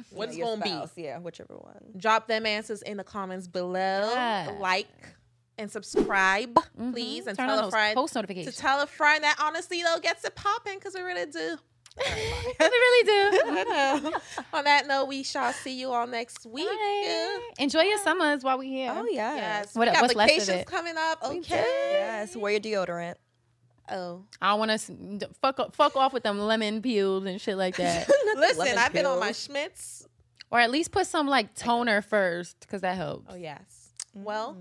What's Your gonna spouse, be? Yeah, whichever one. Drop them answers in the comments below. Yeah. Like and subscribe, please, and Mm-hmm. Turn tell on a those friend post to notifications. tell a friend that honestly though gets it popping because we really do. they really do. On that note, we shall see you all next week. Bye. Enjoy your summers while we here. Oh yeah. Yes, What- we got what's left of vacations it? coming up. Okay. Yes. Wear your deodorant. Oh. I don't want to fuck o- fuck off with them lemon peels and shit like that. Listen, lemon I've been on my pills. Schmitz. or at least put some like toner first because that helps. Oh yes. Well,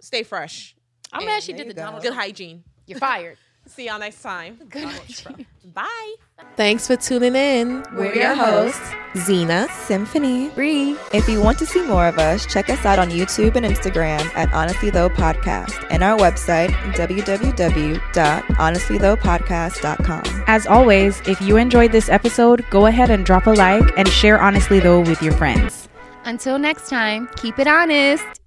stay fresh. Mm-hmm. I'm glad she did the Donald. Good Trump. hygiene. You're fired. See y'all next time. Good hygiene. Bye. Thanks for tuning in. We're your hosts, Xena. Symphony. Bree. If you want to see more of us, check us out on YouTube and Instagram at Honestly Though Podcast and our website, www.honestlythoughpodcast.com. As always, if you enjoyed this episode, go ahead and drop a like and share honestly though with your friends. Until next time, keep it honest.